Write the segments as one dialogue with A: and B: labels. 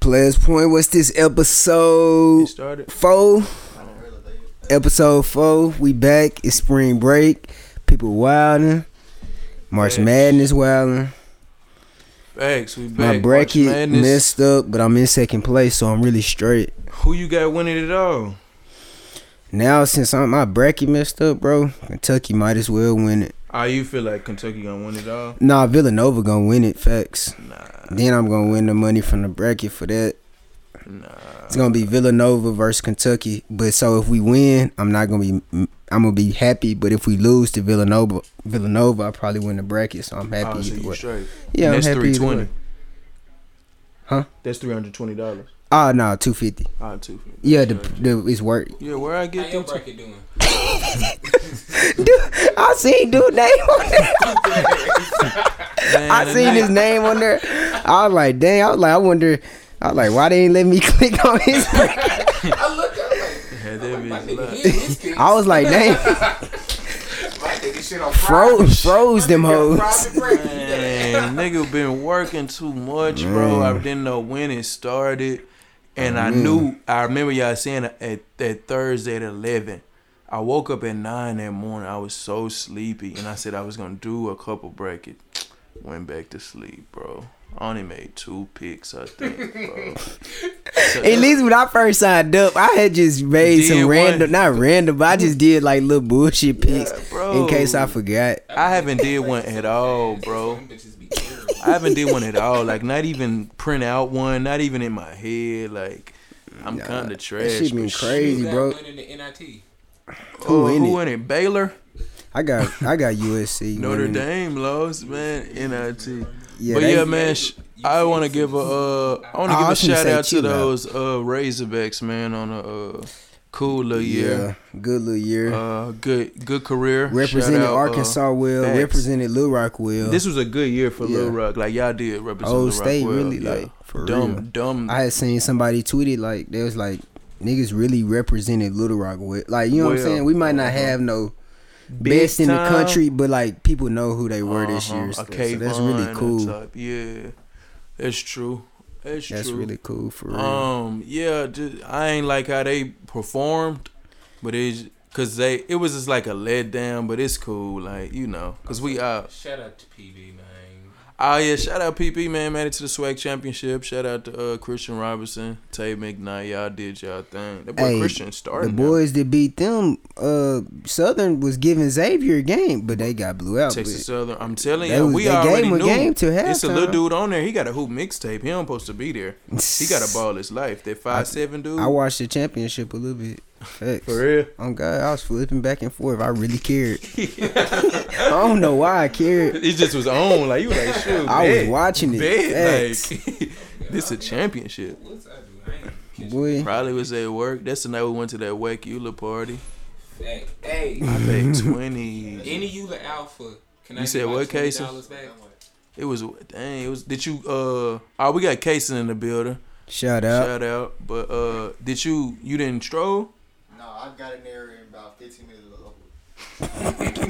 A: Players Point. What's this episode?
B: It started.
A: Four. Episode four. We back. It's spring break. People wildin'. March
B: Yes.
A: Madness wildin'.
B: Facts. We back.
A: My
B: March
A: bracket
B: Madness.
A: messed up, but I'm in second place, so I'm really straight.
B: Who you got winning it all?
A: Now since I'm, my bracket messed up, bro, Kentucky might as well win it.
B: Ah, you feel like Kentucky gonna win it all?
A: Nah, Villanova gonna win it. Facts.
B: Nah,
A: Then I'm gonna win the money from the bracket for that.
B: nah.
A: It's gonna be Villanova versus Kentucky. But so if we win, I'm not gonna be. I'm gonna be happy. But if we lose to Villanova, Villanova, I probably win the bracket. So I'm happy
B: Ah, so
A: either
B: you
A: way.
B: straight.
A: Yeah,
B: that's
A: I'm happy.
B: three
A: either
B: twenty.
A: way. Huh?
B: That's three hundred twenty dollars.
A: Ah, no, two fifty.
B: Ah, two.
A: Yeah, the, the it's work.
B: Yeah, where
C: How
B: I get
C: your
B: through to?
C: bracket doing?
A: I seen dude name on there.
B: Man,
A: I seen his name on there. I was like, dang. I was like, I wonder. I was like, why they ain't let me click on his.
C: I looked at
B: Yeah, that
C: him like, nigga, he
B: bitch lie.
C: in his kids.
A: I was like, dang, froze, froze them hoes.
B: Man, nigga been working too much, bro. I didn't know when it started, and
A: Mm.
B: I knew. I remember y'all saying at that Thursday at eleven. I woke up at nine that morning. I was so sleepy, and I said I was gonna do a couple bracket. Went back to sleep, bro. I only made two picks, I think, bro. So-
A: At least when I first signed up, I had just made
B: Did
A: some
B: one.
A: random, not random, but I just did like little bullshit picks
B: bro.
A: in case I forgot.
B: I haven't did one at all, bro.
C: Them bitches be terrible.
B: I haven't did one at all. Like not even print out one. Not even in my head. Like I'm
A: Nah,
B: kind of trash.
A: That shit been
B: but shit.
A: crazy,
C: Who's
A: bro.
C: that winning the NIT?
A: Who
B: Oh,
A: in
B: who
A: it?
B: in it? Baylor,
A: I got, I got USC.
B: Notre
A: winning it.
B: Dame lost, man. NIT.
A: Yeah,
B: but
A: they-
B: yeah, man. Sh- I want to give a, uh, I want to
A: I
B: give a
A: was gonna
B: shout
A: say
B: out to
A: Chile.
B: those uh, Razorbacks, man, on a uh, cool little year.
A: yeah, good little year.
B: Uh, good, good career. Shout
A: represented
B: out, uh,
A: Arkansas well.
B: facts.
A: Represented Little Rock well.
B: This was a good year for Lil
A: Yeah.
B: Rock. Like y'all did represent
A: Old
B: Lil
A: State,
B: Rock well.
A: really,
B: yeah.
A: like, for
B: dumb,
A: real.
B: dumb.
A: I had seen somebody tweet it like they was like niggas really represented Little Rock well. Like you know what I'm
B: Well,
A: saying? We might not
B: uh-huh.
A: have no
B: Big
A: best in the
B: time.
A: country, but like people know who they were this
B: Uh-huh.
A: year. So,
B: Okay,
A: so that's really
B: Von
A: cool.
B: type, Yeah, that's true. That's,
A: That's
B: true.
A: really cool for real.
B: Um, yeah, just, I ain't like how they performed, but it's cause they it was just like a letdown, but it's cool, like you know, cause we out.
C: Shout out to PB, man.
B: Oh yeah, shout out PP man, made it to the Swag Championship. Shout out to uh, Christian Robinson, Tay McKnight, y'all did y'all thing. That boy
A: Hey,
B: Christian
A: the
B: started.
A: boys that beat them, uh, Southern was giving Xavier a game, but they got blew out.
B: Texas
A: But
B: Southern. I'm telling
A: They
B: you,
A: was-
B: we
A: they gave
B: already
A: him a
B: knew.
A: game till
B: it's a little
A: halftime.
B: dude on there. He got a hoop mixtape. He don't supposed to be there. He got a ball his life. That five seven dude.
A: I watched the championship a little bit. Facts.
B: for real.
A: Oh God, I was flipping back and forth. I really cared. I don't know why I cared.
B: It just was on. Like you were like, shoot.
A: I was
B: bet,
A: watching it.
B: Bet,
A: Facts.
B: like, this a championship.
C: What's I do? I ain't catching
A: Boy,
B: Probably was at work. That's the night we went to that Wake Eula party.
C: Hey, hey,
B: I bet twenty.
C: any Eula Alpha. Can I
B: You
C: get
B: said
C: my
B: what,
C: $20
B: Casey?
C: back?
B: It was dang. It was. Did you? Uh. Oh, we got Casey in the building.
A: shout out.
B: Shout out. But uh, did you? You didn't stroll.
D: No, I got in there in about 15 minutes. Of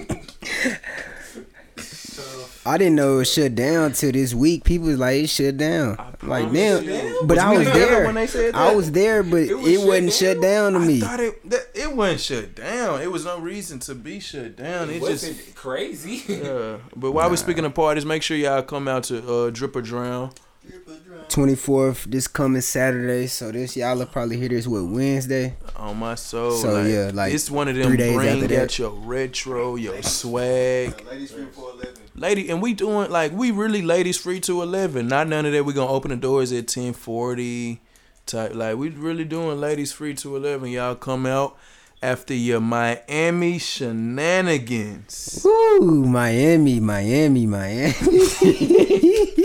A: I didn't know it shut down till this week. People was like, it shut down. Like, man, but I
B: you
A: was there.
B: when they said
A: I
B: that?
A: was there, but it,
C: It was shut
A: was not shut down to
B: I
A: me.
B: thought it that, it wasn't shut down. It was no reason to be shut down. It,
C: It
B: just
C: wasn't crazy.
B: yeah. But while we're speaking of parties, make sure y'all come out to uh, Drip or Drown.
D: it.
A: 24th, this coming Saturday. So this y'all will probably hear this what Wednesday.
B: On my soul,
A: So,
B: like,
A: yeah, like,
B: it's one of them.
A: three days
B: bring
A: after that.
B: out your retro, your swag,
D: Ladies free for 11.
B: lady. And we doing like we really ladies free to eleven. Not none of that. We gonna open the doors at ten forty. Type like we really doing ladies free to eleven. Y'all come out after your Miami shenanigans.
A: Woo, Miami, Miami, Miami.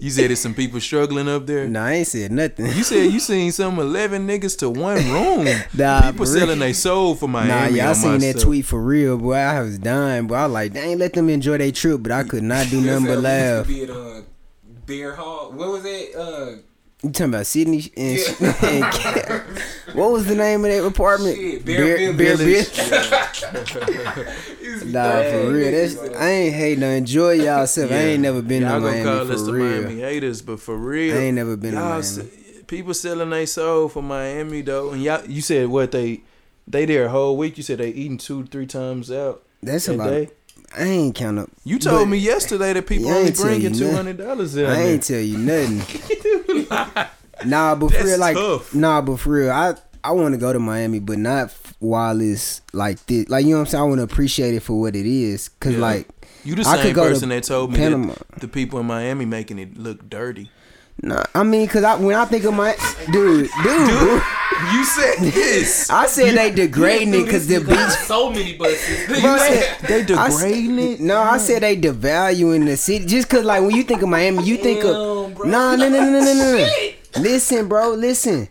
B: You said there's some people struggling up there.
A: no, I ain't said nothing.
B: You said you seen some eleven niggas to one room.
A: Nah, for
B: people selling their soul for
A: Nah,
B: Miami.
A: y'all
B: on
A: seen
B: my
A: that
B: stuff.
A: tweet for real, boy. I was dying, boy. I was like, dang, let them enjoy their trip, but I could not do nothing but laugh.
C: Be at, uh, Bear Hall. What was it? Uh,
A: You talking about Sydney and, and- what was the name of that apartment?
C: Shit,
A: Bear,
C: Bear
A: Bear
B: Village.
A: Village.
C: it's-
A: Nah, for real. That's I ain't hating. no. Enjoy y'all self. I ain't never been to
B: y'all gonna
A: Miami
B: call us
A: for
B: the
A: real.
B: Miami haters, but for real,
A: I ain't never been to
B: y'all
A: Miami.
B: s- people selling they soul for Miami though, and y'all, you said what they they there a whole week. You said they eating two three times out
A: That's
B: a
A: about.
B: day.
A: I ain't count up.
B: You told
A: But-
B: me yesterday that people
A: Yeah, I
B: only
A: ain't tell you
B: bringing two
A: nothing.
B: hundred dollars
A: I
B: in.
A: ain't tell you nothing. nah, but for
B: That's
A: real, like,
B: tough.
A: nah, but for real, I I want to go to Miami, but not f- while it's like this. Like you know what I'm saying? I want to appreciate it for what it is, cause
B: Yeah.
A: like
B: You the
A: I could
B: same
A: go to
B: person that told me
A: Panama.
B: that the people in Miami making it look dirty.
A: Nah, I mean, cause I when I think of my dude, dude,
B: You said this.
A: I said they degrading it cause the
C: Dude, there's
A: beach.
C: So many buses.
A: Bro, I said-
B: They
A: I s-
B: degrading it.
A: No, I said they devaluing the city just cause like when you think of Miami, you think of
C: Damn, bro.
A: nah, no, no, no, no, no, no. Listen, bro, listen,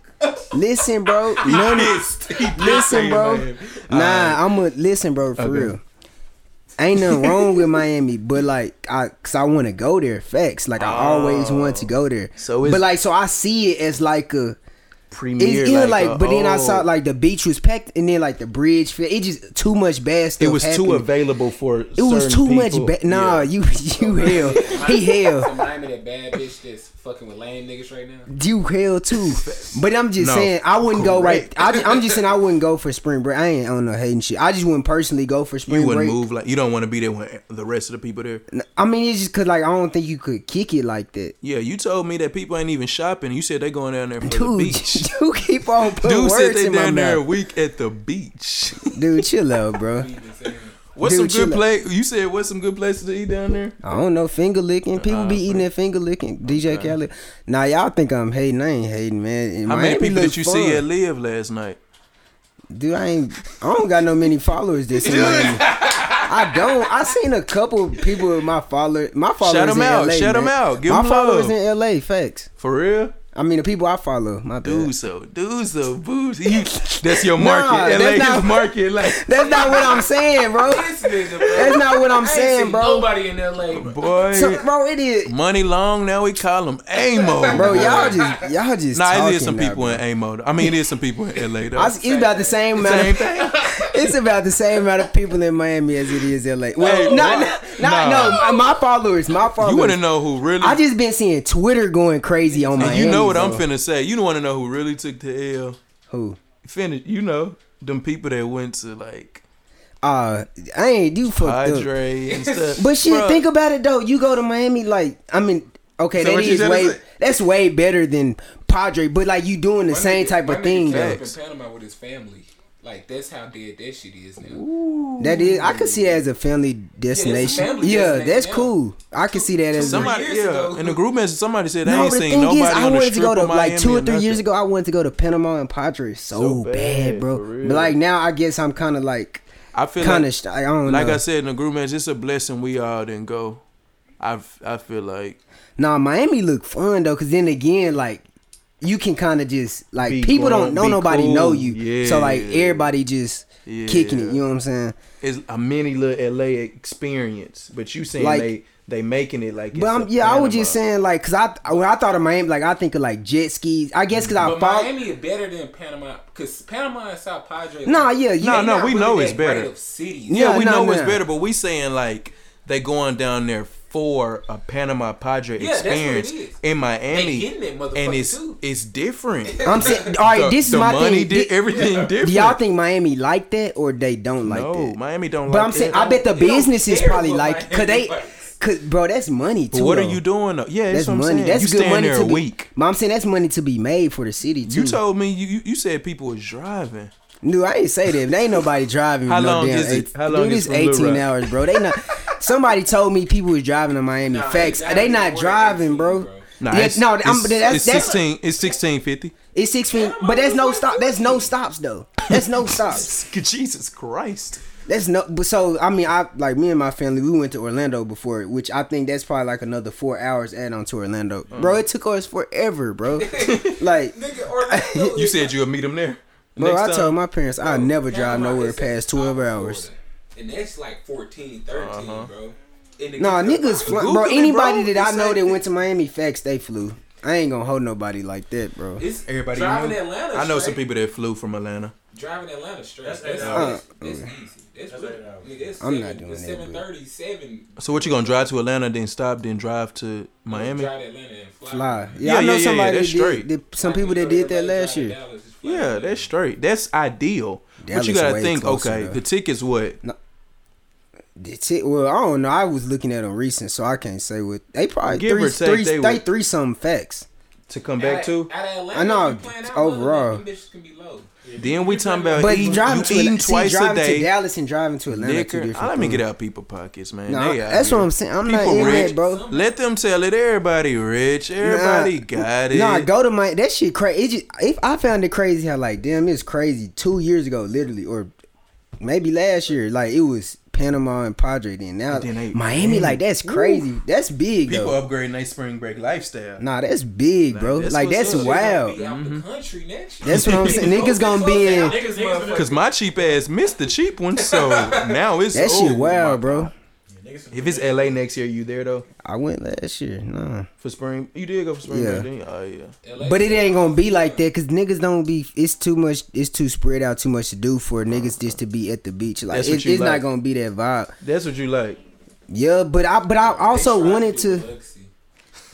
A: listen, bro, no, no. Listen, bro. Nah, I'm a listen, bro. For real, ain't nothing wrong with Miami, but like, I, cause I want to go there. Facts, like I always want to go there.
B: Oh. So it's-
A: but like, so I see it as like a.
B: Premier,
A: It's either like,
B: uh,
A: but then I saw
B: oh,
A: like the beach was packed, and then like the bridge, fit- it just too much bad stuff.
B: it was too
A: happened.
B: available for.
A: It was too much bad. Nah, you you hell, he
C: So
A: hell,
C: Miami, that bad bitch that's fucking with lame niggas right now.
A: you hell too. But I'm just
B: No,
A: saying, I wouldn't go right. I, ju- I'm just saying, I wouldn't go for spring break. I ain't on no hating shit. I just wouldn't personally go for
B: you
A: spring
B: wouldn't
A: break.
B: move like you don't want to be there when the rest of the people there.
A: I mean, it's just cause like I don't think you could kick it like that.
B: Yeah, you told me that people ain't even shopping. You said they going down there for
A: Dude,
B: the beach.
A: you keep on putting
B: Dude said
A: words
B: they
A: in my
B: down there a
A: mouth.
B: week at the beach.
A: Dude, chill out, bro.
B: What's
A: Dude,
B: some
A: chill
B: good
A: out.
B: place? You said what's some good places to eat down there?
A: I don't know, finger licking. People be eating their finger licking. DJ Khaled. Now y'all think I'm hating. I ain't hating, man. And
B: How many
A: Miami
B: people
A: look
B: did you
A: fun.
B: see at Live last night?
A: Dude, I ain't. I don't got no many followers. This in Miami. I don't. I seen a couple people with my follower. My followers
B: Shout 'em
A: in
B: out,
A: LA.
B: shout
A: man.
B: 'em out, give
A: my
B: 'em
A: followers
B: love.
A: in LA. Facts.
B: For real?
A: I mean, the people I follow. My bad.
B: Do so, do so, booze. You- That's your
A: Nah,
B: market.
A: that's
B: LA
A: not-
B: is market. Like,
A: That's not what I'm saying, bro.
C: This nigga, bro.
A: That's not what I'm
C: I ain't
A: saying,
C: seen
A: bro.
C: Nobody in LA, bro.
B: boy,
A: So, bro, it is.
B: money long. Now we call him Amo.
A: Bro, y'all just y'all just
B: Nah, it
A: talking
B: is some
A: now,
B: people
A: bro.
B: in Amo. though. I mean, it is some people in LA though.
A: I, it's about the same amount.
B: Same
A: Of,
B: thing.
A: it's about the same amount of people in Miami as it is LA. Well,
B: Hey,
A: not,
B: Oh, what?
A: not, not-
B: Nah.
A: no, my followers, my
B: You want to
A: followers.
B: know who really?
A: I just been seeing Twitter going crazy on
B: and
A: Miami.
B: you know what
A: bro.
B: I'm finna say. You want to know who really took the L?
A: Who?
B: Finish. You know them people that went to like
A: Uh, I ain't do fucked up.
B: Padre and stuff.
A: But shit,
B: Bruh,
A: think about it though. You go to Miami, like I mean, okay,
B: So
A: that
B: what you
A: is
B: said
A: way
B: is it-
A: that's way better than Padre. But like you doing the
C: My
A: same
C: nigga-
A: type
C: my
A: of
C: nigga
A: thing
C: came
A: though.
C: up in Panama with his family. Like that's how dead that shit is now.
A: That is, I could see that as a family destination. Yeah,
C: family destination,
A: that's
C: yeah.
A: cool. I could see that as a,
B: Somebody,
C: years
B: yeah,
C: ago.
B: in the group message, somebody said I
A: No,
B: ain't
A: the
B: seen
A: thing is,
B: nobody
A: I
B: on the
A: wanted to
B: strip
A: go to
B: of
A: like
B: Miami
A: two or three years
B: nothing.
A: ago. I wanted to go to Panama and Padres so,
B: So
A: bad,
B: bad,
A: bro.
B: for real.
A: But like now, I guess I'm kind of like
B: I feel
A: kind
B: like,
A: of. I don't
B: like
A: know.
B: I said in the group message, it's a blessing we all didn't go. I f- I feel like
A: nah, Miami look fun though, because then again, like you can kind of just like
B: Be
A: people
B: grown,
A: don't know
B: be
A: nobody
B: cool.
A: know you, so like
B: Yeah.
A: everybody just
B: yeah,
A: kicking it. You know what I'm saying?
B: it's a mini little LA experience, but you saying
A: Like-
B: they they making it like.
A: But I'm, yeah, I was just saying like, cause I when I thought of Miami, like I think of like jet skis. I guess cause I
C: But
A: follow.
C: Miami is better than Panama because Panama and South Padre.
A: Nah, yeah,
C: they
A: you- Nah,
B: nah,
C: not
B: we know
C: that
B: it's better.
C: great Of cities.
B: Yeah,
A: Yeah,
B: we
A: no,
B: know it's
A: no.
B: better, but we saying like they going down there for a Panama Padre
C: Yeah, that's what it
B: experience
C: is.
B: in
C: They
B: Miami,
C: getting that motherfucker
B: and it's
C: too.
B: it's different.
A: I'm saying, all right,
B: The-
A: this is
B: the
A: my
B: money
A: thing.
B: Did,
A: Di-
B: everything different.
A: do y'all think Miami like that or they don't like
B: no,
A: that?
B: Miami don't.
A: But
B: like
A: I'm saying,
B: that.
A: I bet the
C: They don't
A: business is
C: care
A: probably
C: what
A: like, cause they,
C: Miami likes.
A: cause bro, that's money too.
B: But what are
A: though.
B: you doing though? Yeah, that's,
A: That's
B: what I'm
A: money.
B: saying.
A: That's
B: you
A: good
B: staying
A: money
B: there
A: to
B: a
A: be-
B: week.
A: But I'm saying that's money to be made for the city too.
B: You told me you, you you said people was driving.
A: dude, I ain't say that. There ain't nobody driving.
B: How
A: no
B: long
A: damn
B: is it?
A: eight-
B: How long
A: dude,
B: is
A: it's
B: from Little
A: 18
B: Rock?
A: hours, bro. They not. Somebody told me people was driving to Miami.
C: Nah,
A: Facts.
C: that
A: They
C: ain't
A: not
C: more than
A: driving,
C: 18,
A: bro.
C: bro.
B: Nah,
A: Yeah,
B: it's,
A: no, I'm,
B: it's,
A: that's
B: it's
A: that's
B: sixteen. It's sixteen fifty.
A: it's sixteen, but that's no stop. That's no stops though. That's no stops.
B: Jesus Christ!
A: That's no. But so I mean, I like me and my family. We went to Orlando before, which I think that's probably like another four hours add on to Orlando,
B: Mm.
A: bro. It took us forever, bro. like,
C: Nigga, Orlando
B: You
C: is-
B: said you'll meet them there.
A: bro,
B: Next
A: I
B: time.
A: told my parents I never drive
C: Panama
A: nowhere
C: is
A: past
C: in
A: twelve
C: South
A: hours.
C: Florida. And that's like 14, 13,
B: Uh-huh.
C: bro. And the
A: Nah,
C: niggas-
A: niggas, fly,
B: Google
A: bro.
B: it, bro.
A: Anybody that I
B: It's
A: know
B: like-
A: that went to Miami, facts they flew. I ain't gonna hold nobody like that, bro.
C: It's
B: Everybody
C: driving
B: you know?
C: Atlanta.
B: I know some
C: straight.
B: people that flew from Atlanta.
C: Driving Atlanta straight.
E: That's
C: That's,
E: eight
C: that's,
A: hours.
C: that's
A: Uh,
C: easy. That's,
E: That's
C: really,
E: eight hours.
C: nigga, that's
A: I'm
C: seven,
A: not doing that, but-
C: Seven thirty, seven.
B: So what you gonna drive to Atlanta, then stop, then drive to Miami?
C: Drive to Atlanta and fly.
A: Fly. Yeah,
B: Yeah,
A: I know
B: yeah, yeah,
A: somebody
B: that's
A: that did,
B: straight.
A: that- some
C: Like,
A: people that
C: everybody
A: did that
C: drive
A: last
C: to
A: year.
C: Dallas is fly to
B: Yeah,
C: Atlanta.
B: that's straight. That's ideal. but
A: Dallas
B: you gotta
A: way
B: think,
A: closer,
B: okay,
A: though.
B: the tickets what?
A: The ti- well, I don't know. I was looking at them recent, so I can't say what they probably
B: Give
A: three,
B: or take,
A: three,
B: they
A: they,
B: would-
A: three something facts.
B: To come back
C: Out-
B: to?
C: out of Atlanta,
A: I know,
C: you playing out
A: overall.
C: low, them bitches can be low.
B: Then we talking about
A: But
B: eating,
A: driving
B: Uh, you
A: to
B: eating
A: Atlanta,
B: twice
A: see,
B: a
A: driving
B: day.
A: to Dallas and driving to Atlanta,
B: liquor.
A: two
B: Ah,
A: different.
B: let me
A: things.
B: get out people pockets, man.
A: Nah,
B: They out
A: that's
B: here.
A: what I'm saying. I'm
B: People
A: not in
B: rich.
A: that, bro.
B: Let them tell it. Everybody rich. Everybody got it.
A: Nah, go to my that shit crazy. It just, if I found it crazy how like damn, it's crazy. Two years ago, literally, or maybe last year, like it was Panama and Padre. Then now
B: Then they-
A: Miami, like that's crazy. That's big,
B: people
A: though.
B: upgrading their spring break lifestyle.
A: Nah, that's big,
B: Nah,
A: bro.
B: that's
A: like
B: what's
A: that's
B: up. They
A: wild.
C: Be out the country next year.
A: That's what I'm saying. Niggas gonna be in-
C: Niggas,
E: Niggas-
B: Cause my cheap ass missed the cheap one, so now it's
A: That
B: oh,
A: shit
B: my-
A: wild, bro.
B: If it's LA next year, you there though
A: I went last year, nah.
B: for spring? You did go for spring
A: Yeah.
B: break, didn't you? Oh yeah.
C: LA.
A: But it ain't gonna be like that because niggas don't be. It's too much. It's too spread out. Too much to do for niggas just to be at the beach. Like
B: That's what
A: it,
B: you
A: it's not
B: like.
A: gonna be that vibe.
B: That's what you like.
A: Yeah, but I but I also
C: They tried
A: wanted to.
C: do Biloxi.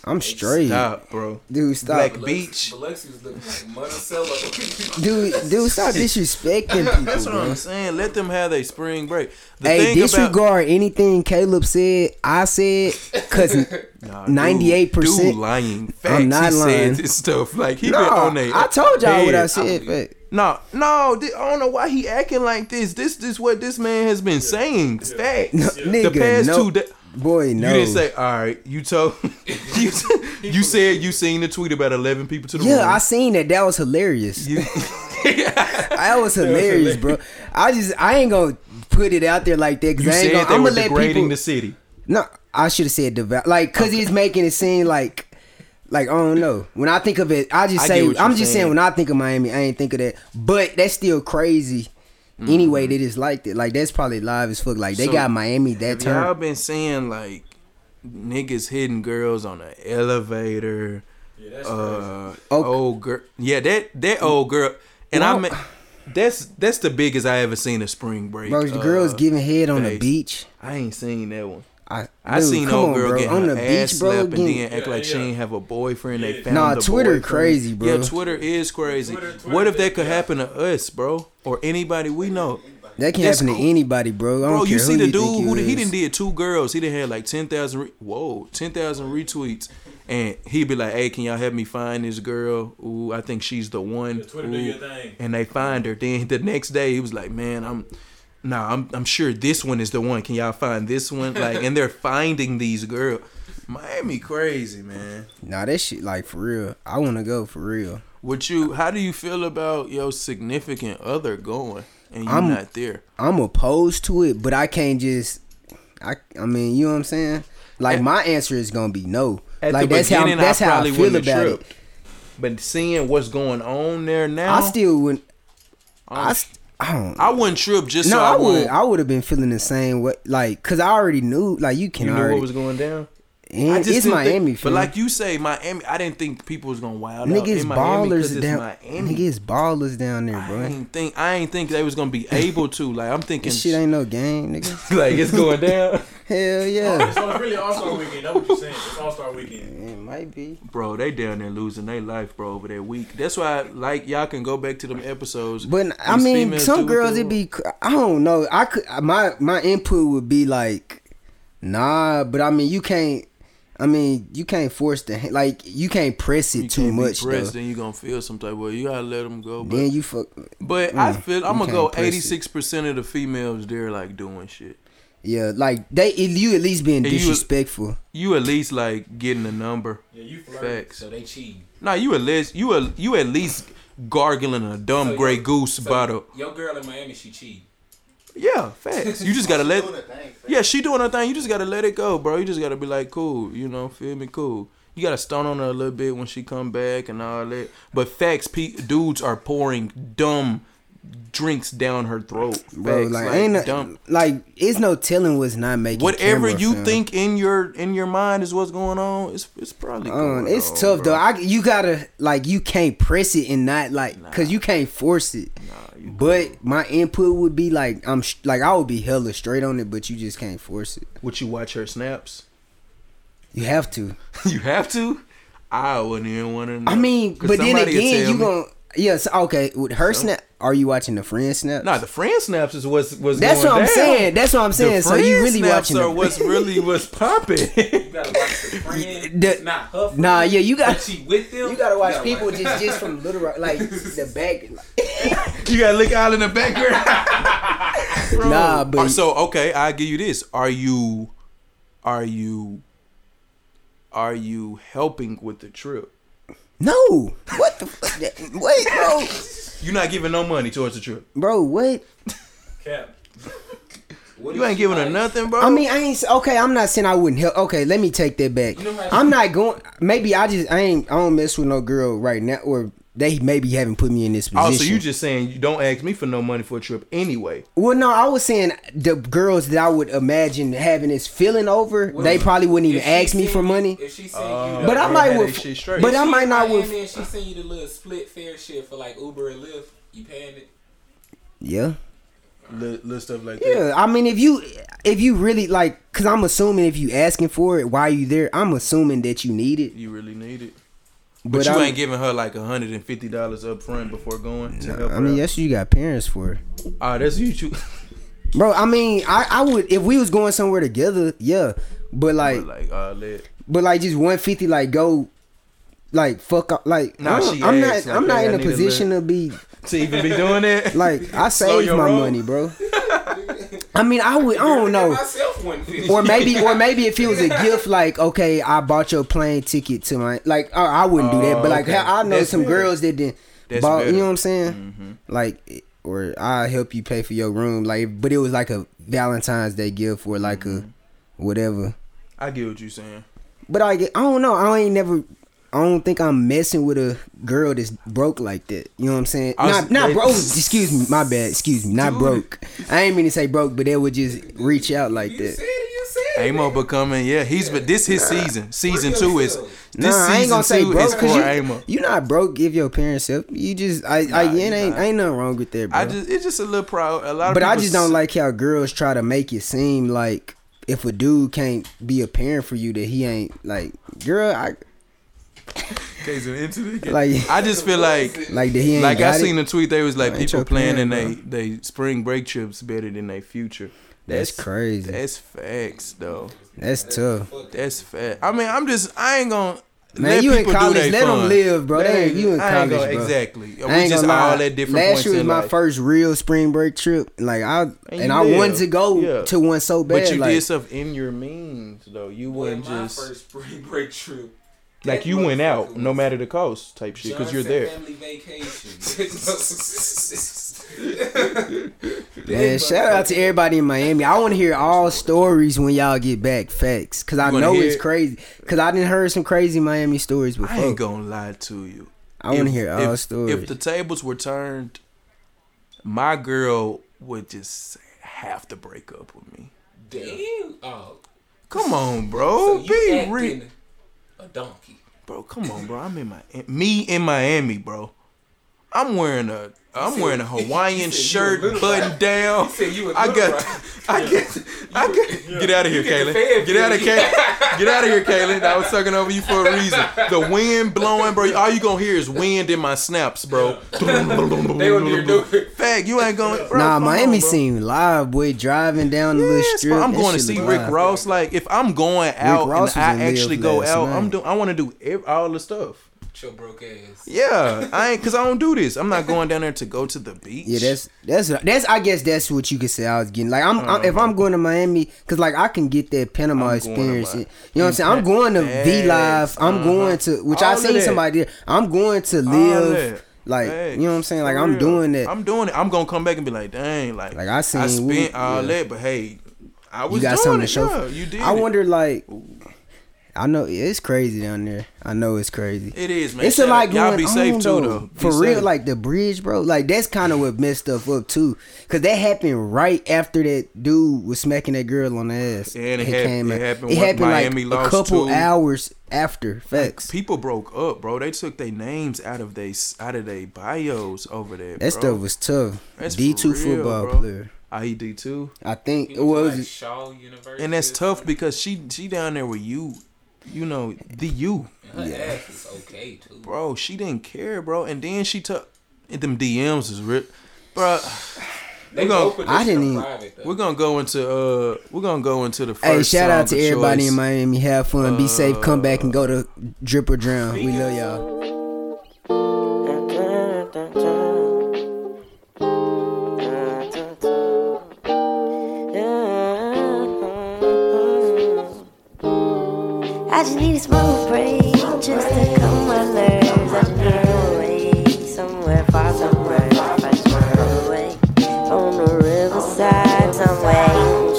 A: I'm straight,
B: Stop, bro.
A: dude. Stop,
B: Black-
C: Biloxi-
B: Beach.
C: Biloxi was looking like Monticello.
A: dude. Dude, stop disrespecting people.
B: That's what
A: bro.
B: I'm saying. Let them have their spring break. The
A: Hey,
B: thing about-
A: disregard anything Caleb said. I said because
B: Nah, dude-
A: 98%
B: dude lying. Facts.
A: not
B: he
A: lying.
B: Said this stuff like he
A: no,
B: been on they.
A: I told y'all what I
B: head.
A: said. but-
B: No, no, thi- I don't know why he acting like this. This is what this man has been saying. Facts.
A: No,
B: the
A: nigga,
B: past
A: no.
B: two days.
A: boy, no.
B: You didn't say, all right, you told. you, you said you seen the tweet about 11 people to the
A: yeah, I
B: room.
A: seen that. That was hilarious.
B: You,
A: That was hilarious, bro. I just I ain't gonna put it out there like that
B: you
A: because I ain't
B: said
A: gonna.
B: they
A: I'm
B: were
A: gonna let
B: degrading
A: people.
B: the city.
A: No, I should have said devout. Like, cause he's making it seem like, like I don't know. When I think of it, I just
B: I
A: say
B: get
A: I'm
B: what you're
A: just saying.
B: saying.
A: When I think of Miami, I ain't think of that. But that's still crazy. Anyway, they just liked it. Like that's probably live as fuck. Like they
B: Mm-hmm. So,
A: got Miami that
B: Y'all
A: time.
B: been saying like niggas hitting girls on an elevator.
E: Yeah, that's
B: uh
A: Ok.
B: old girl yeah that that old girl and i
A: Well-
B: mean that's that's the biggest i ever seen a spring break
A: Bro, the
B: uh,
A: girls giving head on the
B: face.
A: beach.
B: i ain't seen that one
A: I,
B: I
A: dude,
B: seen
A: come
B: old
A: on,
B: girl
A: bro.
B: getting
A: on
B: her
A: the
B: ass
A: beach, bro.
B: slapped and
A: getting-
B: then act
E: Yeah,
B: like she
E: yeah.
B: ain't have a boyfriend. They
E: Yeah.
B: found
A: Nah,
B: the
A: Twitter
B: boyfriend.
A: crazy, bro.
B: Yeah, Twitter is crazy.
E: Twitter-
B: what
E: Twitter
B: if that
E: is-
B: could
E: yeah.
B: happen to us, bro, or anybody we know?
A: that can
B: That's
A: happen to
B: cool.
A: anybody, bro. I don't
B: Bro,
A: care
B: you see
A: who
B: the
A: you
B: dude
A: think
B: who
A: you
B: done- he
A: is.
B: didn't did two girls. He didn't had like ten thousand. Re- Whoa, ten thousand retweets, and he'd be like, "Hey, can y'all help me find this girl? Ooh, I think she's the one."
E: Yeah, Twitter do your
B: Ooh.
E: thing.
B: And they find her. Then the next day, he was like, "Man, I'm." Nah, I'm I'm sure this one is the one. Can y'all find this one? Like, and they're finding these girls. Miami crazy, man.
A: Nah, that shit like for real. I want to go for real.
B: What you? How do you feel about your significant other going and you
A: I'm-
B: not there?
A: I'm opposed to it, but I can't just. I I mean, you know what I'm saying? Like
B: At-
A: my answer is gonna be no.
B: At
A: Like
B: the
A: that's how
B: beginning,
A: that's
B: I
A: how
B: probably
A: I feel
B: wouldn't have
A: about it.
B: tripped. But seeing what's going on there now,
A: I still wouldn't. I
B: I'm-
A: st- I don't.
B: Oh. I wouldn't trip just
A: no,
B: so
A: I
B: I,
A: would.
B: won't.
A: I would have been feeling the same way, like, cause I already knew, like, you can
B: You knew
A: already.
B: what was going down.
A: and
B: I just
A: it's
B: didn't
A: Miami,
B: think,
A: fam.
B: but like you say, Miami. I didn't think people was gonna wild out
A: niggas
B: in Miami because
A: ballers
B: it's
A: down.
B: Miami.
A: Niggas ballers down there,
B: I
A: bro.
B: ain't think I ain't think they was gonna be able to. Like I'm thinking,
A: This shit ain't no game, nigga.
B: like it's going down,
A: Hell yeah.
E: So it's really All Star Weekend. That's what you're saying. It's All Star Weekend.
A: It might be.
B: bro. They down there losing their life, bro, over that week. That's why, like, y'all can go back to them episodes.
A: But I
B: These
A: mean,
B: females do
A: some
B: what they
A: girls it
B: want.
A: be. cr- I don't know. I could my my input would be like, nah. But I mean, you can't. I mean, you can't force the hand- like. You can't press it
B: You
A: too
B: can't be
A: much
B: pressed,
A: though.
B: Then you gonna feel some type of way. You gotta let them go. But,
A: Then you fuck.
B: but I
A: Mm,
B: feel I'm
A: you
B: gonna go
A: can't press it.
B: 86 percent of the females there like doing shit.
A: Yeah, like they. You at least being
B: And you-
A: disrespectful.
B: You at least like getting a number.
E: Yeah, you flirt.
B: Facts.
C: So they cheating.
B: Nah, you at least you a, you at least gargling a dumb
C: So
B: gray
C: you-
B: goose
C: So
B: bottle.
C: Your girl in Miami, she cheating.
B: Yeah, facts. You just gotta let. Yeah, she doing her thing. You just gotta let it go, bro. You just gotta be like, cool. You know, feel me, cool. You gotta stone on her a little bit when she come back and all that. But facts, pe- dudes are pouring dumb drinks down her throat.
A: Bro,
B: Facts,
A: like, ain't no,
B: dumb.
A: like it's no telling what's not making
B: Whatever
A: camera,
B: you
A: fam.
B: think in your in your mind is what's going on. It's it's probably.
A: Um,
B: Going
A: it's
B: on,
A: tough
B: bro.
A: though. I you gotta like you can't press it and not like because you can't force it.
B: Nah, you
A: But my input would be like I'm sh- like I would be hella straight on it, but you just can't force it.
B: Would you watch her snaps?
A: You have to.
B: you have to. I wouldn't even want to. Know.
A: I mean,
B: 'Cause
A: but then
B: somebody will
A: again,
B: tell
A: you
B: me.
A: gonna yes, okay. With her
B: So?
A: snap, are you watching the friend snap?
B: Nah, the friend snaps is what's was.
A: that's
B: going
A: what I'm
B: down.
A: saying. That's what I'm saying.
B: The
A: So you
B: friend
A: really
B: snaps
A: watching
B: are
A: the,
B: what's really what's popping.
C: You gotta watch the friend.
A: The-
C: it's not her. Friend,
A: Nah, yeah, you got-
C: but she with them.
A: You gotta watch
C: You
A: people just just from Little Rock, like the back.
B: you got Lick Island in the background. Bro.
A: Nah, but-
B: Or Oh, so okay, I will give you this. Are you, are you, are you helping with the trip?
A: No, what the fuck? that- Wait, bro,
B: You're not giving no money towards the trip.
A: bro, what?
E: Cap.
C: What
B: You
C: if
B: ain't
C: she
B: giving her
C: like-
B: nothing, bro.
A: I mean, I ain't s- okay. I'm not saying I wouldn't help. Okay, let me take that back.
C: You know how-
A: I'm not going. Maybe I just I ain't. I don't mess with no girl right now, or they maybe haven't put me in this position.
B: Oh, so you just saying you don't ask me for no money for a trip anyway?
A: Well, no, I was saying the girls that I would imagine having this feeling over,
C: Well,
A: they probably wouldn't even
C: if she
A: ask me
C: send
A: for
C: you-
A: money.
C: If she send you,
B: Oh.
C: the-
A: But I
B: They
A: might
B: had
A: would-
B: that shit straight.
A: but
C: if
A: I
C: she
A: might not
C: in
A: would-
C: there, She send you the little split fare shit for like Uber and Lyft. You paying it?
A: Yeah,
B: little, little stuff like that.
A: yeah. I mean, if you if you really like, cause I'm assuming if you asking for it, why you there? I'm assuming that you need it.
B: You really need it.
A: But,
B: But, you
A: I'm,
B: ain't giving her like hundred and fifty dollars up front before going to help her.
A: I mean,
B: out.
A: that's what you got parents for,
B: Ah, that's you. choo-
A: bro. I mean, I I would if we was going somewhere together, yeah. But like,
B: But like all that.
A: but like just 150, like go. Like fuck up, like
B: Nah,
A: I don't-
B: she
A: I'm not,
B: asked, like,
A: I'm not
B: hey, I
A: in a
B: need a
A: position to be
B: To even be doing it.
A: like I saved
B: your
A: my
B: roll.
A: money, bro. I mean, I would, I don't know.
C: Myself one fifty.
A: or maybe or maybe if it was a gift like okay i bought your plane ticket to my like i, I wouldn't do that but
B: Oh,
A: like
B: okay.
A: i know
B: That's
A: some
B: better.
A: girls that didn't
B: That's
A: bought
B: better. Mm-hmm.
A: you know what i'm saying like or i'll help you pay for your room like but it was like a valentine's day gift or like
B: Mm-hmm.
A: a whatever
B: I get what you saying.
A: but i get- i don't know i ain't never I don't think I'm messing with a girl that's broke like that. You know what I'm saying?
B: I was-
A: not not
B: they-
A: broke. Excuse me, my bad. Excuse me, not
B: Dude.
A: broke. I ain't mean to say broke, but they would just reach out like
C: You
A: that.
C: said it. You said it.
B: Amo becoming yeah. He's but this his season. Season
C: Work
B: two is
C: yourself.
B: this
A: nah, I ain't
B: season
A: gonna say
B: two
A: broke
B: is
A: because
B: for
A: you,
B: Amo.
A: you not broke if your parents help. You just I I
B: Nah, you
A: it ain't
B: not.
A: ain't nothing wrong with that, bro.
B: I just it's just a little proud. A lot of
A: but I
B: people
A: just
B: s-
A: don't like how girls try to make it seem like if a dude can't be a parent for you that he ain't like girl I
B: Case of incident.
A: Like-
B: I just feel like
A: like that he ain't
B: like I
A: got
B: seen
A: it.
B: a tweet. They was like
A: Ain't
B: people
A: your
B: planning they
A: parent,
B: they spring break trips better than they future.
A: That's crazy.
B: That's facts though.
A: That's tough,
B: That's fact. I mean, I'm just I ain't gonna.
A: man.
B: let
A: you in
B: people do
A: college,
B: they
A: let them
B: fun.
A: live, bro. They, ain't- you in
B: I ain't
A: college,
B: gonna-
A: bro.
B: Exactly.
A: I
B: we
A: ain't
B: just
A: gonna lie.
B: all at different
A: Last
B: points
A: year was
B: in
A: my
B: life.
A: first real spring break trip. Like I and,
B: you
A: I wanted
B: live.
A: to go
B: Yeah.
A: to one so bad.
B: But you
A: like,
B: did stuff in your means though. You
C: Boy,
B: wouldn't
C: my
B: just
C: first spring break trip.
B: like
C: that
B: you went
C: motherfucker
B: out no
C: was-
B: matter the cost type shit because you're
C: Johnson
B: there.
C: Family vacation.
A: Man, shout out to everybody in Miami. I want to hear all stories when y'all get back. Facts, cause I
B: You wanna
A: know
B: hear
A: it's
B: it?
A: crazy. Cause I didn't heard some crazy Miami stories
B: I
A: before.
B: ain't gonna lie to you.
A: I want to
B: If-
A: hear
B: if-
A: all stories.
B: If the tables were turned, my girl would just have to break up with me.
C: Damn. Oh,
B: Come on,
C: so
B: bro.
C: you
B: Be real.
C: acting a donkey.
B: Bro, come on, bro. I'm in my me in Miami, bro. I'm wearing a I'm wearing a Hawaiian
C: you
B: shirt,
C: a little
B: button down.
C: said you a
B: I
C: little
B: got,
C: rock.
B: I got, I got. Get out of here,
C: get the
B: Kaylin.
C: fan
B: Get out
C: feeling.
B: of here, Kaylin. Get out of here, Kaylin. I was sucking over you for a reason. The wind blowing, bro. All you gonna hear is wind in my snaps, bro. they
C: don't even do it.
B: Fact, you ain't going. Bro,
A: nah,
B: come
A: Miami
B: on, bro.
A: seem live, boy. Driving down the little
B: Yes,
A: strip.
B: bro. I'm
A: that
B: going to
A: shit
B: see
A: look
B: Rick
A: live.
B: Ross. Like, if I'm going out
A: Ross was
B: and I
A: in Live
B: actually go
A: last
B: out, I'm
A: night.
B: doing. I want to do ev- all the stuff.
C: With your broke ass.
B: Yeah, I ain't because I don't do this. I'm not going down there to go to the beach.
A: Yeah, that's that's that's. I guess that's what you could say. I was getting like I'm, I'm if I'm going to Miami, cause like I can get that Panama
B: Uh-huh. I'm going to
A: experience.
B: Mi-
A: You know what I'm saying? I'm going to V Live.
B: Facts,
A: I'm
B: uh-huh.
A: going to which I
B: All of
A: seen
B: that.
A: somebody there. I'm going to
B: All
A: live.
B: that.
A: Like you know what I'm saying? Like
B: For
A: I'm
B: real.
A: doing that.
B: I'm doing it. I'm gonna come back and be like, dang, like,
A: Like, I seen
B: I
A: we-
B: spent all
A: yeah.
B: that, but hey, I was
A: you got something
B: doing
A: to
B: it.
A: show.
B: yeah,
A: for.
B: you did.
A: I
B: it.
A: wonder, like, I know it's crazy down there. I know it's crazy.
B: It is, man.
A: It's a
B: Shout
A: lot
B: out. Y'all
A: going
B: be
A: on
B: safe
A: though.
B: too, though. Be
A: For real,
B: safe.
A: like the bridge, bro. Like that's kind of what messed stuff up too, cause that happened right after that dude was smacking that girl on the ass.
B: Yeah, and it
A: and
B: hap- it
A: out.
B: happened
A: It
B: when
A: happened
B: Miami
A: like a
B: lost
A: couple
B: to-
A: hours after. Facts.
B: people broke up, bro. They took their names out of they out of their bios over there.
A: that
B: bro.
A: stuff was tough.
B: That's
A: D two
B: for real,
A: football
B: bro.
A: player.
B: IED too,
A: I think it
C: It was
A: was.
C: like Shaw University.
B: and that's
C: or
B: tough
C: something.
B: because she she down there with you, you know the you,
C: And her ass is okay too.
B: bro. She didn't care, bro. And then she took and them DMs is rip, bro.
C: They
B: gonna-
C: both were
A: I didn't
C: just
A: even-
C: private, though.
B: We're gonna go into uh we're gonna go into the
A: Hey,
B: first.
A: shout
B: song
A: out to
B: of
A: everybody
B: choice.
A: in Miami. Have fun. Be safe. Come back and go to Drip or Drown. We love y'all.
F: I just need a smoke break just to calm my nerves. I just wanna away somewhere far, somewhere far, far away on the riverside, somewhere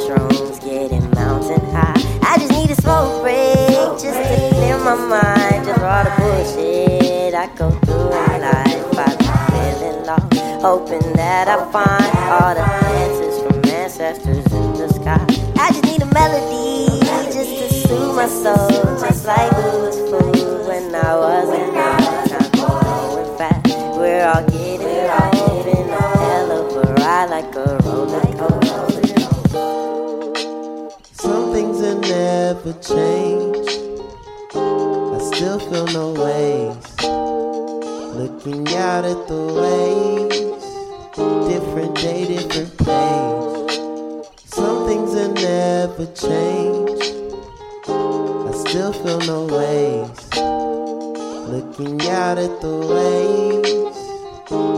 F: shrooms getting mountain high. I just need a smoke break just to clear my mind. Just all the bullshit I go through in life. I've been feeling lost, hoping that I find all the answers from ancestors in the sky. I just need a melody just to soothe my soul, just like we was fooled when I wasn't out. Time going fast, we're all getting old in a hell of a ride like a roller coaster.
G: Some things will never change. I still feel no ways. Looking out at the waves. Different day, different page. Some things will never change. I still feel no ways. Looking out at the waves.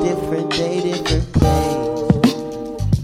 G: Different day, different page.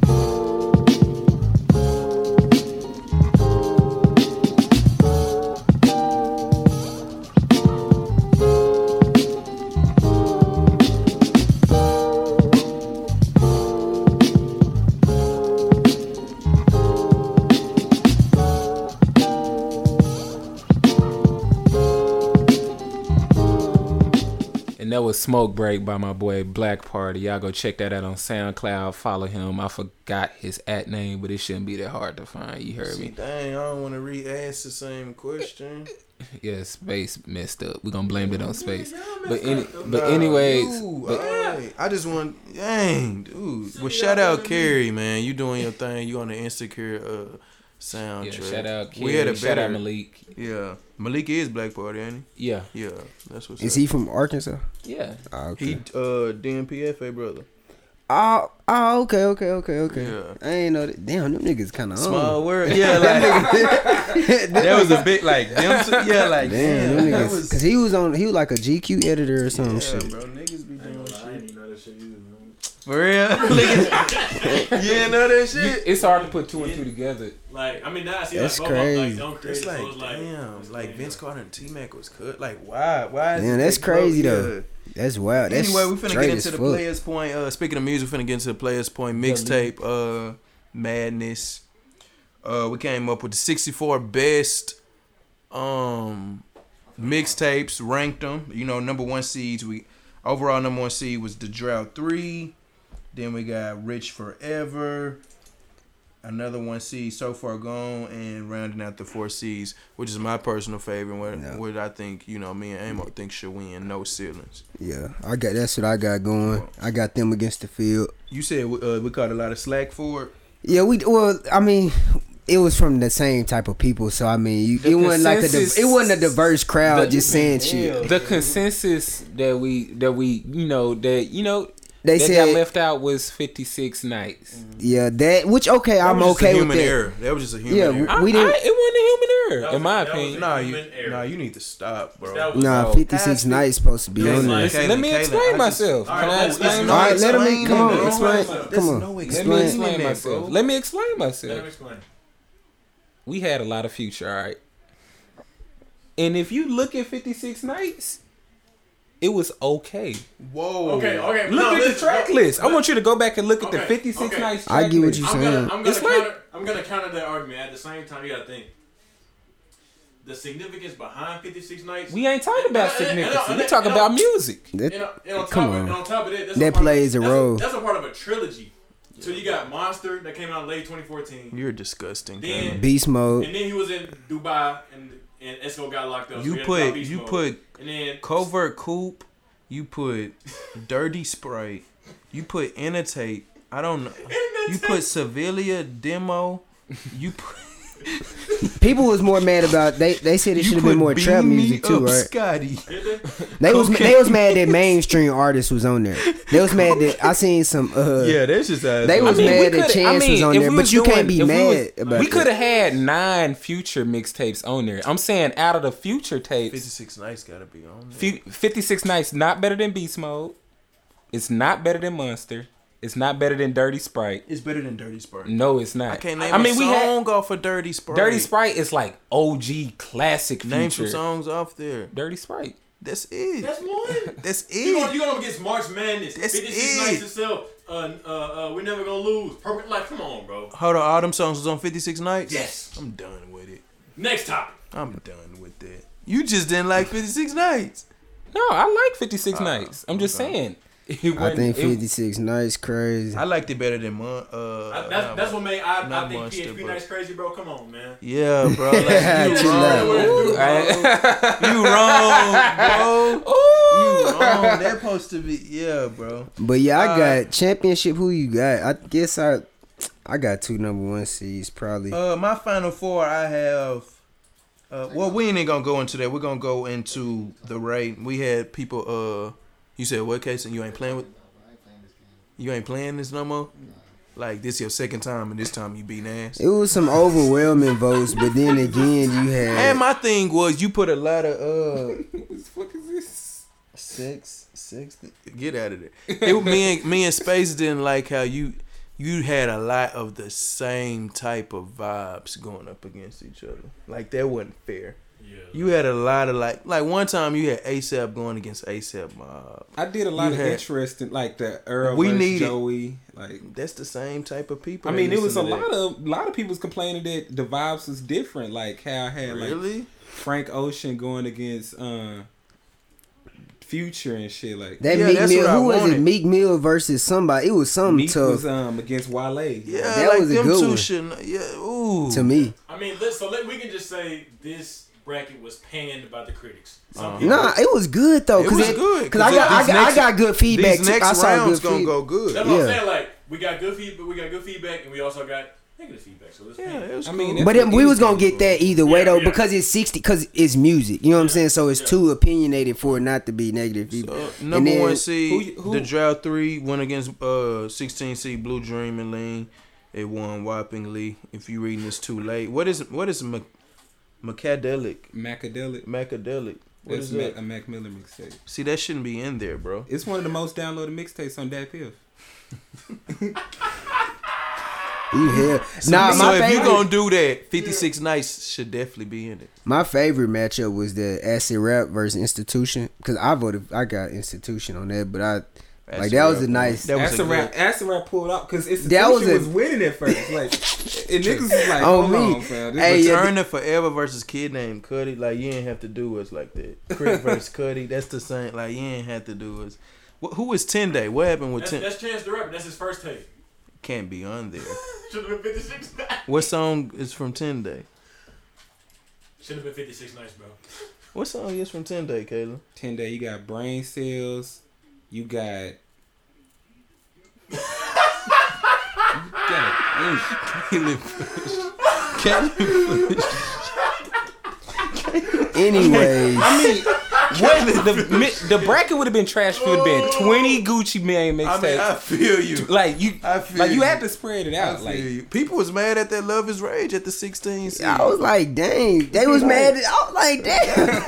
C: And that was Smoke Break by my boy Black Party. Y'all go check that out on SoundCloud. Follow him. I forgot his at name, but it shouldn't be that hard to find. You heard me.
B: Dang, I don't want to re-ask the same question.
C: Yeah, space messed up. We're gonna blame it on space. But any, but anyways,
B: Ooh,
C: but-
B: alright. uh, I just want, dang, dude. Well, shout out Carrie, man. You doing your thing. You on the insecure uh,
C: yeah,
B: soundtrack.
C: shout out Kid.
B: We had a better.
C: shout out Malik.
B: Yeah, Malik is Black Party, ain't
C: Yeah,
B: he? Yeah, that's what's
A: Is
B: up.
A: he from Arkansas?
C: yeah.
A: Oh,
B: He uh DMPFA brother.
A: Oh, oh, okay, okay, okay, okay.
B: Yeah.
A: I ain't know that. Damn, them niggas kind of
B: Small world. Yeah, like that was a bit like them. two- yeah, like
A: Damn, them
B: damn, that
A: niggas.
B: was.
A: Cause he was on, he was like a GQ editor or some
B: Yeah,
A: shit.
B: bro, niggas be doing
E: I
B: shit.
E: didn't even know that shit either. Man.
B: For real? Niggas, you ain't know that shit?
C: It's hard to put two and two together.
E: Like, I mean, now I see
A: That's
E: like, both of them,
A: crazy.
E: Like, don't create,
B: It's
E: so
B: like,
E: it's like,
B: damn, like Vince Carter and T Mac was cut. Like, why? Why? Is
A: Damn,
B: it
A: that's
B: they broke?
A: crazy,
B: Yeah.
A: though. That's wild. That's
B: anyway, we finna
A: straight
B: get
A: as
B: into the
A: fuck.
B: players' point. Uh, speaking of music, we finna get into the players' point mixtape. Uh, madness. Uh, we came up with the 64 best um mixtapes. Ranked them. You know, number one seeds. We overall number one seed was the Drought Three. Then we got Rich Forever. Another one seed so far gone, and rounding out the four C's, which is my personal favorite. What,
A: Yeah.
B: what I think, you know, me and Amo think should win. No ceilings.
A: Yeah, I got that's what I got going. I got them against the field.
B: You said uh, we caught a lot of slack for it.
A: Yeah, we well, I mean, it was from the same type of people, so I mean, you,
C: The
A: it wasn't like a
C: consensus-
A: di- it wasn't a diverse crowd
C: The-
A: just saying shit.
C: The consensus that we that we you know that you know
A: They
C: that
A: said, Mhm.
C: got left out was fifty six nights.
A: yeah, that which okay, I'm okay
B: human
A: with that.
B: error. That was just a human
A: Yeah,
B: error.
A: we-
C: I,
A: We didn't-
C: I, it wasn't a human
E: That
C: error,
E: was
C: in
E: a-
C: my
E: that was a-
C: opinion.
B: Nah, you,
E: Human error.
B: nah, you need to stop, bro.
E: That was-
A: Nah,
C: Oh,
A: 56 nights supposed to be
E: That's
A: on there.
E: like-
B: Kaylin,
C: let me
B: Kaylin,
C: explain
B: I just-
C: myself.
E: All right,
C: Can I
E: well,
C: explain
E: it's
A: All right, let
B: Explain
A: him come
B: it,
A: on,
B: bro.
A: explain.
E: There's
A: Come on,
B: no
C: Let me
A: explain.
C: explain
B: it,
C: myself.
B: bro.
C: Let me explain
E: Let me
C: myself.
E: explain.
C: We had a lot of future, all right. And if you look at 56 nights, it was okay.
B: Whoa.
E: Okay, okay.
C: Look
E: no,
C: at the
E: listen,
C: track
E: no,
C: list. I want you to go back and look at the
E: Okay,
C: 56
E: okay.
C: nights track
A: I get what you
E: I'm
A: saying.
E: gonna, I'm gonna
C: It's
E: counter,
C: like-
E: I'm gonna counter that argument. At the same time, you gotta think. the significance behind 56 Nights.
C: We ain't talking about
E: And- and- and-
C: significance.
E: and-
C: We talking
E: and-
C: about music.
A: That-
E: and, on- and on top
A: come
E: of,
A: on.
E: and on top of that, that's
A: That
E: part of-
A: plays a
E: that's
A: role.
E: that's a part of a trilogy. So you got Monster that came out in late 2014.
B: You're disgusting.
E: Then-
B: Cameron.
A: Beast
E: And
A: mode.
E: then he was in Dubai and and Esco got locked up. so
B: You
E: he had to
B: put-
E: drop Beast
B: you
E: Mode.
B: put
E: and then
B: Covert Coop, you put Dirty Sprite, you put Annotate. I don't know. You put Sevilla Demo. You put.
A: People was more mad about they. They said it
B: you
A: should have
B: put
A: been more trap
B: Beam Me
A: music too,
B: Up,
A: right?
B: Scotty.
A: They was
B: Cocaine.
A: they was mad that mainstream artists was on there. They was mad that I seen some. Uh,
B: Yeah, that's just how
A: They
B: I
A: was
B: mean,
A: mad that
C: coulda-
A: Chance was on
C: if
A: there,
C: we
A: but
C: was
A: you can't be
C: if we
A: mad
C: was-
A: about
C: We
A: that.
C: could have had nine future mixtapes on there. I'm saying out of the future tapes,
B: 56 Nights gotta be on there.
C: Fu- 56 Nights not better than Beast Mode. It's not better than Monster. It's not better than Dirty Sprite.
B: It's better than Dirty Sprite.
C: No, it's not.
B: I can't name
C: I mean,
B: a
C: we had
B: song off of Dirty Sprite.
C: Dirty Sprite is like OG classic
B: Name some
C: future.
B: songs off there.
C: Dirty Sprite.
B: That's it.
E: that's one.
B: That's
E: You going you
B: it.
E: going up against March Madness?
B: That's
E: 56
B: it.
E: Nights itself. Uh, uh, uh, we're never gonna lose. Perfect. Like, come on, bro.
B: Hold on, all them songs was on 56 Nights?
E: Yes.
B: I'm done with it.
E: Next topic.
B: I'm done with that. You just didn't like 56 Nights.
C: No, I like
B: Oh,
C: 56 Nights. I'm just
B: okay.
C: saying. It
A: I
C: wasn't-
A: think
C: it-
A: Fifty Six Nights crazy.
B: I liked it better than Mon. Uh,
E: I, that's, that's what made I, I
B: not
E: think
B: Monster,
E: PHP
B: but-
E: Nights crazy, bro. Come on, man.
B: Yeah, bro. Like, you
A: Chill
B: wrong.
A: out.
E: Ooh,
B: You wrong, bro. You
C: Ooh.
B: wrong. That supposed to be yeah, bro.
A: But yeah, I
B: Uh,
A: got championship. Who you got? I guess I, I got two number one seeds probably.
B: Uh, my final four, I have. Uh, well, we ain't gonna go into that. We're gonna go into the raid. We had people. Uh, you said what, Casey? You ain't playing with.
D: I ain't playing this game.
B: You ain't playing this no more. Like this your second time, and this time you beat ass.
A: It was some overwhelming votes, but then again, you had
B: And my thing was you put a lot of uh six six. Get out of there. It me and me and Space didn't like how you you had a lot of the same type of vibes going up against each other. Like that wasn't fair.
E: Yeah.
B: You had a lot of like like one time you had ASAP going against ASAP Mob.
C: I did a lot
B: You
C: of
B: had-
C: interesting, like the Earl
B: We
C: we
B: needed-
C: Joey. Like,
B: That's the same type of people.
C: I
B: that
C: mean, it
B: listen
C: was a
B: to that.
C: lot of a lot of people was complaining that the vibes was different. Like how I had like
B: really.
C: Frank Ocean going against uh, Future and shit. Like
A: that
B: Yeah,
A: Meek
B: that's
A: Mill.
B: what I
A: Who was it?
B: wanted.
A: Meek Mill versus somebody. It was something
C: Meek
A: tough
C: was um against Wale.
B: Yeah,
A: That
B: like
A: was a
B: them
A: good
B: two
A: one.
B: should. Yeah, ooh.
A: to me.
E: I mean, let, so let, we can just say this bracket was panned by the critics. Some
B: Uh-huh.
E: people,
A: Nah, it was good though.
B: It
A: Cause
B: was
A: it-
B: good,
A: Cause I
B: cause
A: got I
B: these
A: got,
B: next-
A: I got good feedback.
B: These
A: too. I
B: next
A: saw
B: round's
A: good
B: gonna
A: feed-
B: go good.
E: that's what
A: yeah.
E: I'm saying. Like, we got good feedback. We got good feedback, and we also got negative feedback. So let's
B: Yeah,
E: pan it.
B: it was
C: I
B: cool.
C: mean,
A: But then we was gonna get that either way
E: Yeah,
A: though
E: yeah.
A: because it's sixty because it's music. You know what I'm saying? So it's too opinionated for it not to be negative feedback.
B: Uh,
A: And
B: number
A: then-
B: one seed,
C: who- who-
B: the drought three went against uh 16 seed Blue Dream and Lean. It won whoppingly. If you reading this too late, what is what is Mac- Macadelic?
C: Macadelic.
B: Macadelic. What
C: That's
B: is
C: Mac, a
B: that?
C: Mac Miller mixtape.
B: See, that shouldn't be in there, bro.
C: It's one of the most downloaded mixtapes on Dat Piff.
A: You hell. Nah,
B: so
A: my
B: if
A: favorite.
B: you gonna do that, 56 nights should definitely be in it.
A: My favorite matchup was the Acid Rap versus Institution because I voted. I got Institution on that, but I like
B: Acid
A: that was a
B: Rap one.
A: nice.
B: That was
C: Acid
B: a
C: rap, acid rap pulled out because it's
A: That
C: that
A: was
C: was,
A: a-
C: winning at first. Like, and niggas was like,
A: On
C: hold
A: me.
C: on, fam. This
A: Hey,
C: is-
A: yeah,
B: Return to Forever versus Kid Named Cuddy. Like you ain't have to do us like that. Crit versus Cuddy. That's the same. Like you ain't have to do us. Wh- Who was Ten Day? What happened with
E: That's,
B: Ten?
E: that's Chance the Rapper. That's his first take.
B: Can't be on there.
E: Should have been 56 nights.
B: What song is from Ten Day?
E: Should have been 56 nights, bro.
B: What song is from Ten Day, Caleb?
C: Ten day, you got brain cells, you got. you got
B: Caleb.
A: Anyways,
C: what Oh. the mi- the bracket would have been trash if it would have been twenty Gucci Mane
B: I mean, I
C: mixtapes.
B: feel you.
C: Like you,
B: I feel
C: like you
B: you.
C: had to spread it
B: I
C: out.
B: feel
C: Like
B: you. People was mad at that Love Is Rage at the 16. seed.
A: I was like, dang, they was mad. At, I was like, damn,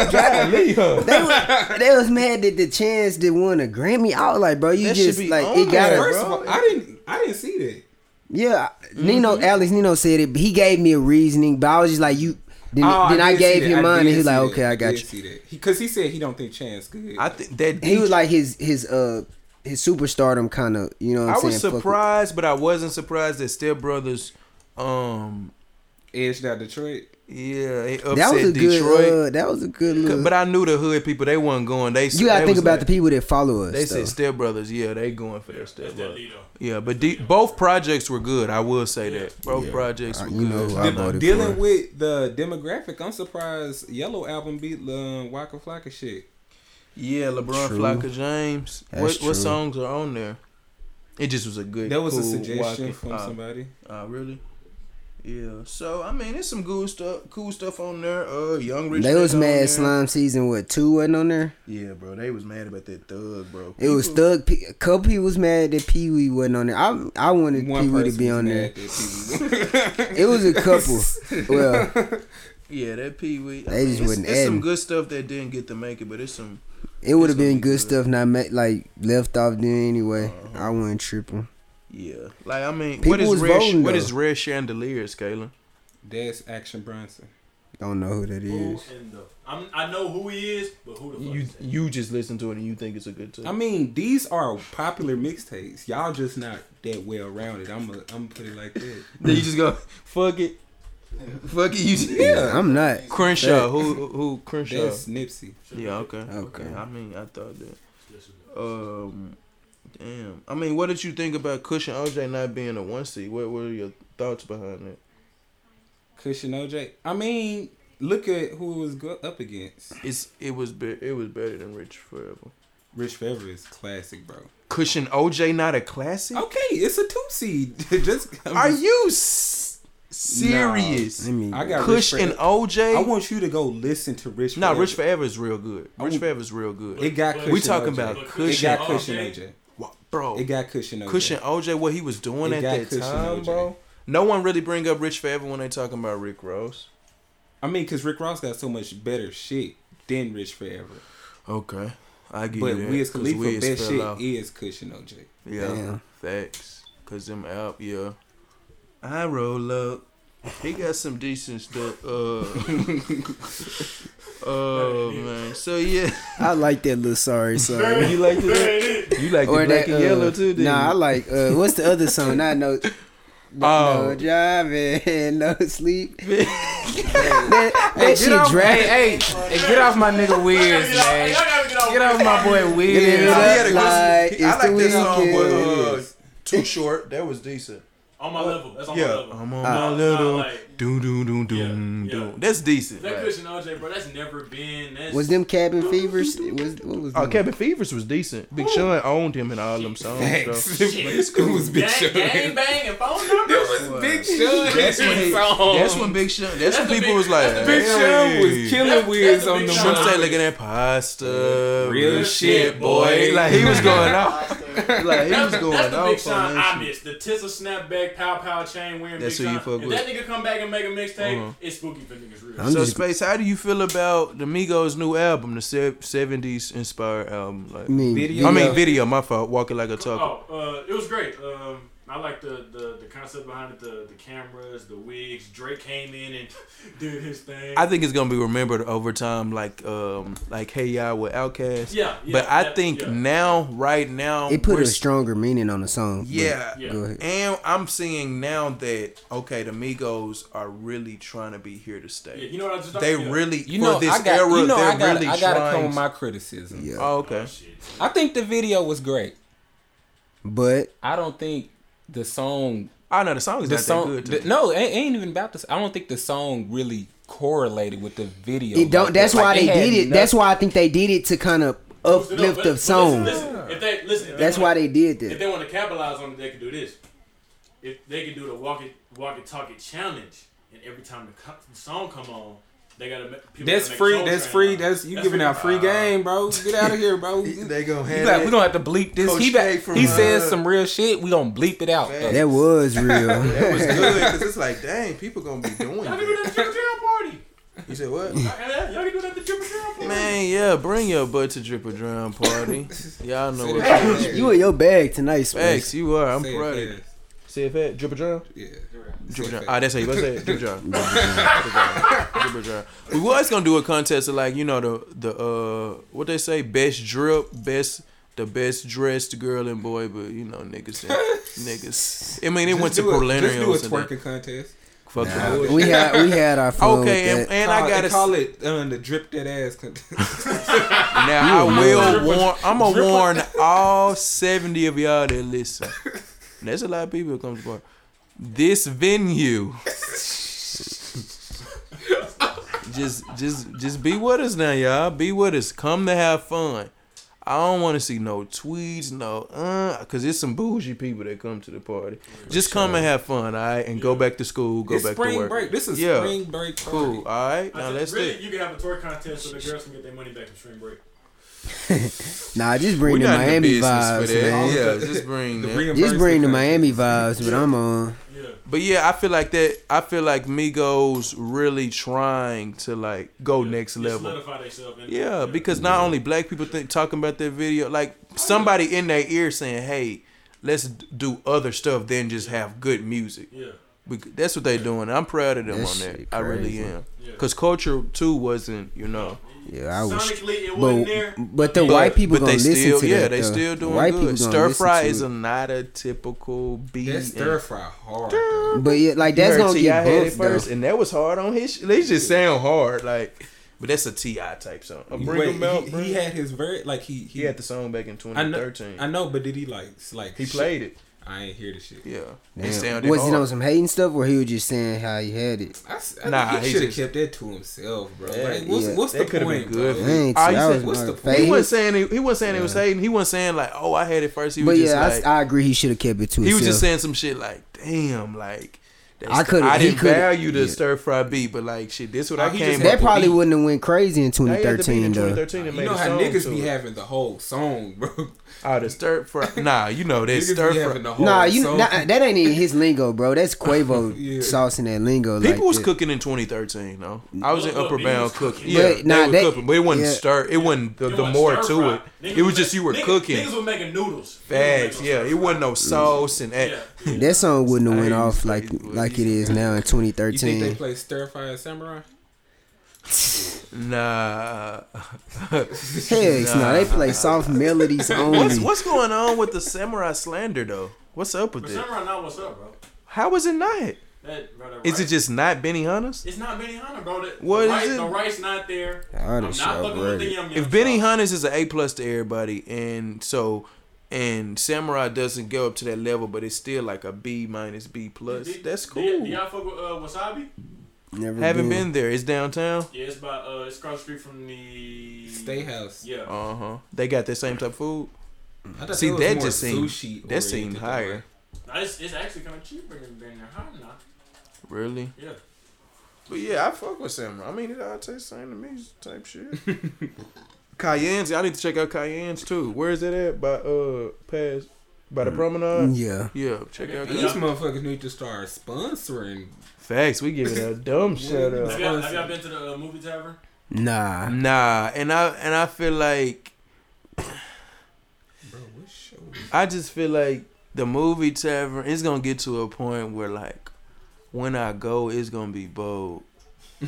A: they was, they was mad that the chance that won a Grammy. I was like, bro, you
B: That should
A: just
B: be
A: like
B: on
A: it got
B: there,
A: to
B: Mm-hmm.
C: first of all, I didn't, I didn't see that.
A: Yeah, Nino, Alex Nino said it. but He gave me a reasoning, but I was just like, you. Then,
C: Oh,
A: then I,
C: did see
A: gave
C: that.
A: him
C: I
A: mine,
C: did
A: and he was
C: see
A: like,
C: that.
A: okay, I got
C: did
A: you.
C: see that because he said he don't think Chance good.
B: I think that
A: He was like his his uh his superstardom kind of you know. What I'm
B: I
A: saying?
B: was
A: Fuck with-
B: surprised, but I wasn't surprised that Step Brothers um
C: edged out Detroit.
B: Yeah, it upset
A: That was a
B: Detroit.
A: good. Uh, that was a good look.
B: but I knew the hood people; they weren't going. They
A: you gotta
B: they
A: think
B: was
A: about
B: like-
A: the people that follow us.
B: They
A: though.
B: said Step Brothers. Yeah, they going for their Step
E: That's that
B: Brothers.
E: Lido.
B: Yeah, but de- both projects were good. I will say that both projects were
A: Uh, you know
B: good.
A: who I voted
C: Dealing
A: for.
C: with the demographic, I'm surprised Yellow album beat the Waka Flocka shit.
B: yeah, LeBron
A: True.
B: Flocka James.
A: That's
B: what
A: true.
B: what songs are on there? It just was a good.
C: That was a
B: cool
C: suggestion
B: walking-
C: from
B: uh,
C: somebody.
B: Uh, really? Yeah. So I mean, there's some cool stuff. Cool stuff on there. Uh, Young Rich.
A: They
B: Nick
A: was
B: on
A: mad
B: there.
A: slime season. What two wasn't on there?
B: Yeah, bro. They was mad about that thug, bro.
A: It was
B: People-
A: Thug. P- a couple people was mad that Pee Wee wasn't on there. I I wanted Pee Wee to be
C: was
A: on there.
C: mad that Pee Wee-
A: It was a couple. well,
B: Yeah, that Pee Wee.
A: They just
B: it's,
A: wasn't
B: it's some
A: adding.
B: good stuff that didn't get to make it, but it's some.
A: it would have
B: gonna
A: been
B: be
A: good
B: good.
A: stuff. Not ma- like left off then anyway. I wasn't tripping.
B: Yeah, like I mean,
A: People
B: what is
A: was
B: red?
A: voting,
B: what
A: though.
B: is red chandeliers, Kalen?
C: That's Action Bronson.
A: Don't know who that
E: Who
A: is.
E: in the? I'm, I know who he is, but who the fuck
B: You
E: is that?
B: you just listen to it and you think it's a good tune.
C: I mean, these are popular mixtapes. Y'all just not that well rounded. I'm gonna I'm put it like that.
B: then you just go fuck it, fuck it. You just,
A: Yeah, I'm not.
B: Crenshaw, who who Crenshaw?
C: That's Nipsey.
B: yeah, okay,
A: Okay.
B: okay. I mean, I thought that. Um, damn. I mean, what did you think about Cushion OJ not being a one seed? What were your thoughts behind that?
C: Cushion OJ. I mean, look at who it was go- up against.
B: It's it was be- it was better than Rich Forever.
C: Rich Fever is classic, bro.
B: Cushion OJ not a classic?
C: Okay, it's a two seed. just I'm
B: Are
C: just-
B: you s- serious?
A: Let me.
C: I got
B: Cush
C: Rich
B: and
C: Forever.
B: OJ.
C: I want you to go listen to Rich.
B: Nah,
C: Forever.
B: Rich Forever is real good.
C: I
B: Rich
C: want-
B: Forever is real good.
C: It got.
E: We
C: Cushion
B: we talking
C: OJ.
B: about
E: It
C: It
B: Cushion,
C: got Cushion
E: OJ.
C: OJ.
B: Wa- bro.
C: It got Cushion OJ.
B: Cushion OJ, what he was doing
C: It
B: at
C: got
B: that
C: Cushion
B: time,
C: OJ.
B: bro. No one really bring up Rich Forever when they talking about Rick Ross.
C: I mean, cause Rick Ross got so much better shit than Rich Forever.
B: Okay, I get
C: But
B: it.
C: Wiz Khalifa best shit
B: off.
C: is Cushion OJ.
B: Yeah,
A: Damn.
B: facts. Cause them out, yeah. I roll up. He got some decent stuff. Uh, oh man. So yeah,
A: I like that little sorry sorry.
B: you like the you like the black and
A: uh,
B: yellow too, didn't
A: Nah, I
B: you?
A: like uh, what's the other song? I know.
B: Oh.
A: No job and no sleep. that that shit drag.
C: hey, get off my nigga Wiz, man. Get off my boy Wiz.
A: Get it
B: Nah, he
A: up
B: had a good-
A: like
B: I
A: it's the
B: like that song
A: weekend.
B: with, uh, Too short. That was decent.
E: On my level. That's on my
B: Yeah,
E: level.
B: I'm on
E: Nah,
A: Uh,
B: my
E: nah,
B: little
E: like,
B: do do do do
E: Yeah,
B: do.
E: yeah.
B: That's decent.
E: that
B: right.
E: Cushion OJ, bro. That's never been. That's,
A: Was them cabin fevers? It was what was?
B: Oh,
A: them?
B: Kevin Fevers was decent. Big Sean owned him in all them songs.
C: Thanks.
B: Bro.
C: It was Big
E: gang, gang
C: Sean.
E: bang and phone numbers.
C: It was Big Sean.
B: That's when, he, that's when Big Sean. That's, when
E: the
B: people
E: big-
B: was like,
E: Oh. that's the
C: Big Sean was killing
E: That's-
C: Wiz
E: that's a
C: on the
E: big
B: Shrimp
E: Sean.
B: say
C: money.
B: look at that pasta.
C: Real shit, boy.
B: Like he was going off.
D: Pasta.
B: Like he
E: That's,
B: was
E: the-
B: going
E: that's the big
B: off on
E: Sean I
B: that shit.
E: missed. The Tissa snapback pow pow chain wearing
B: That's
E: big
B: who you
E: Sean.
B: fuck
E: if
B: with.
E: that nigga come back and make a mixtape,
B: Uh-huh.
E: it's spooky for niggas real.
A: I'm
B: So
A: just-
B: space, how do you feel about the Migos' new album, the seventies inspired album? Like,
A: I mean,
C: Video.
B: I mean, video. My fault. Walking like a talker.
E: Oh, uh, it was great. Um, I like the, the, the concept behind it, the, the cameras, the wigs. Drake came in and did his thing.
B: I think it's gonna be remembered over time, like, um, like Hey Ya with Outkast.
E: yeah, yeah,
B: but I
E: that-
B: think
E: yeah.
B: now, right now,
A: it put
B: we're
A: a stronger meaning on the song. but
B: Yeah.
E: Yeah.
A: Go ahead.
B: And I'm seeing now that okay, the Migos are really trying to be here to stay.
E: Yeah, you know what I just thought?
B: they
E: yeah.
B: really
C: You
B: for
C: know,
B: this
C: I got,
B: era.
C: you know,
B: they're
C: I got,
B: really
C: I got to
B: trying.
C: come with my criticism.
A: Yeah.
B: oh, okay.
E: Shit.
C: I think the video was great.
A: But
C: I don't think the song
B: I know the song is
C: the
B: not
C: song
B: that good. To
C: the- no it ain't even about this i don't think the song really correlated with the video
A: it don't.
C: like
A: That's
C: that.
A: why
C: Like,
A: they
C: had
A: did it.
C: nothing-
A: That's why I think they did it to kind of
E: Listen up,
A: uplift
E: but-
A: the
E: but
A: song.
E: Listen, listen, if they listen, if
A: That's why
E: wanna-
A: they did
E: If
A: that.
E: they want to capitalize on it, they could do this. If they could do the walk it, walk it, talk it challenge, and every time the, co- the song come on, they gotta. ma- People
C: that's
E: gotta make
C: free
E: Soul
C: that's
E: Train
C: free
E: lines.
C: that's you giving out
E: Uh-huh.
C: free game bro get out of here bro You
B: they gonna have
C: got- we don't have to bleep this
B: Coach
C: he back,
B: K from,
C: he
B: uh,
C: says some real shit we gonna bleep it out though.
B: Man.
A: That was real.
B: That was good because it's like, dang, people gonna be doing
E: Y'all can do
B: that.
E: that at the Triple Trail party.
B: You said what?
E: Y'all- Y'all can do that at the Triple Trail party.
B: Man, yeah, bring your butt to drip or drown party. Y'all know what
A: you in your bag tonight, Space.
B: Facts, you are. I'm
C: Say it
B: proud of you.
C: fast.
B: See if that drip or drown?
C: yeah
B: Dribble John. Ah, that's how you about to say it. Dribble John. Dribble John. We was gonna do a contest of like you know the the uh what they say best drip best. The best dressed girl and boy, but you know niggas, and- niggas. I mean, it went to
C: do a, just
B: preliminary.
C: do a
B: on Sunday.
C: twerking contest
B: Fuck the bullshit.
A: We had we had our fun
B: Okay,
A: with
B: and,
A: that.
B: and I gotta
C: call it uh, the drip that ass.
B: Now I will
E: Dripper.
B: warn. I'm gonna
E: Dripper.
B: warn all seventy of y'all that listen. And That's a lot of people that come to the bar. This venue. just, just, just be with us now, y'all. Be with us. Come to have fun. I don't want to see no tweets, no, uh, cause it's some bougie people that come to the party. just come and have fun, all right, and go back to school, go
C: it's
B: back
C: spring
B: to work.
C: break. This is
B: Yeah.
C: spring break.
B: Cool, all
C: Cool.
B: right.
E: I
B: Now
E: said,
B: let's do
E: really,
B: it.
E: you can have a tour contest so the girls can get their money back from spring break.
A: Nah, just
B: We're
A: bring the
B: not in the
A: Miami
B: business for
A: vibes,
B: that.
A: man.
B: Yeah, just bring that.
A: Just bring the Miami vibes, but I'm on.
E: Yeah.
B: But yeah, I feel like that. I feel like Migos really trying to like go next
E: Just
B: level.
E: Solidify themselves. and-
B: Yeah, because not only black people think talking about their video, like somebody in their ear saying, "Hey, let's d- do other stuff than just have good music."
E: Yeah.
B: Bec- That's what they doing. I'm proud of them
A: That
B: on that.
A: shit
B: I really
A: crazy.
B: am.
E: Yeah.
B: Cause culture too wasn't, you know.
A: Yeah, I was.
E: Sonically, it wasn't
A: But
E: there.
A: but the white people gonna listen
B: still,
A: to
B: yeah,
A: that.
B: they
A: though.
B: still doing
A: white
B: good.
A: gonna
B: Stir
A: listen
B: fry
A: to
B: is
A: it.
B: a, not a typical beat.
C: That
B: and-
C: stir fry hard. though.
A: But yeah, like
B: You
A: that's
B: heard
A: gonna get
B: T.I. had it
A: bumped though.
B: first, and that was hard on his. Sh- they just sound hard, like. But that's a Ti type song. Uh, Bring
C: Wait,
B: him out.
C: he,
B: bro.
C: he had his very like he he,
B: He had the song back in
C: I know,
B: 2013.
C: I know, but did he like s- like
B: He
C: shit,
B: played it.
C: I ain't hear the shit.
B: Yeah, it
A: Damn.
B: sounded
A: Was
B: hard.
A: it on some hating stuff, or he was just saying how he had it?
C: I, s- I
B: Nah,
C: think he
B: he
C: should have
B: just-
C: kept that to himself, bro.
B: Yeah,
C: like, what's,
A: yeah.
C: what's the
B: That coulda been
C: point?
B: good.
C: Good.
A: I ain't-
B: Ah, he
A: I
B: said,
A: was
C: what's the
A: not
C: point?
A: fake.
B: he wasn't saying he, he wasn't saying he was hating. He wasn't saying like, oh, I had it first. He
A: But
B: was just
A: yeah, I s-
B: like,
A: I, agree. He should have kept it to
B: he
A: himself.
B: was just saying some shit like, damn, like. that's-
A: I coulda-
B: I
A: he
B: didn't
A: coulda-
B: value the
A: yeah.
B: stir fry beat, but like shit, this what
C: Oh,
B: I
C: he
B: came
C: just
B: up
A: that
B: with.
A: probably
B: He-
A: wouldn't have went crazy in
B: I had the beat
A: 2013
B: in
A: though.
B: 2013
C: You
B: and made
C: know
B: a
C: how
B: song
C: niggas
B: to
C: be
B: it.
C: having the whole song, bro.
B: Oh, the stir fry. Nah, you know that
C: Niggas
B: stir
C: be
B: fry.
C: having the whole
A: Nah, you
C: song.
A: nah, that ain't even his lingo, bro. That's Quavo
C: Yeah.
A: sauce in that lingo.
B: People
A: like
B: was
A: that.
B: cooking in 2013, though. I was in
E: Look,
B: Upper
E: niggas
B: Bound
E: was
B: cooking.
E: cooking.
B: Yeah,
A: But, nah, that-
B: they was cooking, but it wasn't
A: yeah.
B: stir. It wasn't the,
E: It
B: the
E: wasn't
B: more
E: stir
B: to
E: fry.
B: it.
E: Niggas
B: It was
E: make-
B: just you were
E: niggas-
B: cooking.
E: Niggas was making noodles.
B: Facts, yeah. It wasn't no sauce and that.
E: Yeah.
A: That song wouldn't have
B: I
A: went
B: ain't
A: off
B: say
A: like
B: it would.
A: like it is now in
C: You think they
A: 2013.
C: play Stir Fry and Samurai?
B: Nah.
A: Heck no, they play soft melodies
B: What's
A: only.
B: what's going on with the samurai slander though? What's up with
E: But
B: it?
E: Samurai now, what's up, bro?
B: How is it not?
E: That, bro that
B: Is it
E: rice-
B: just not Benny Hunter's?
E: It's not Benny Hunter, bro. That,
B: What
E: the
B: is
E: rice,
B: it?
E: The rice not there.
A: I
E: I'm
A: done
E: not
A: shot
E: fucking with the
A: bread.
E: yum yum.
B: If Benny
E: sauce.
B: Hunter's is an A plus to everybody, and so and samurai doesn't go up to that level, but it's still like a B minus B plus.
E: Do-
B: That's
E: Do, y- do
B: cool.
E: y'all fuck with uh, wasabi?
A: Never
B: Haven't been there. It's downtown.
E: Yeah, it's by uh, it's across the street from the
C: Stay House.
E: Yeah.
B: Uh huh. They got that same type of food.
C: I thought
B: See,
C: was
B: that
C: more
B: just seemed-
C: sushi
B: that seemed
C: oriented,
B: higher.
C: bro.
E: Nah, It's, it's actually kind of cheaper than Benny Hunter now.
B: Really?
E: Yeah.
B: But yeah, I fuck with samurai. I mean, it all tastes same to me type shit. Cayenne's. I need to check out Cayenne's too. Where is that at? By uh, past by the promenade.
A: Yeah.
B: Mm. Yeah, check out.
C: These
B: Cayenne's.
C: motherfuckers need to start sponsoring.
B: Facts. We give it a dumb shout out.
E: Have y'all, have y'all been to the uh, movie tavern?
A: Nah.
B: Nah, and I and I feel like
C: Bro, what show?
B: I just feel like the movie tavern is gonna get to a point where like when I go, it's gonna be bold.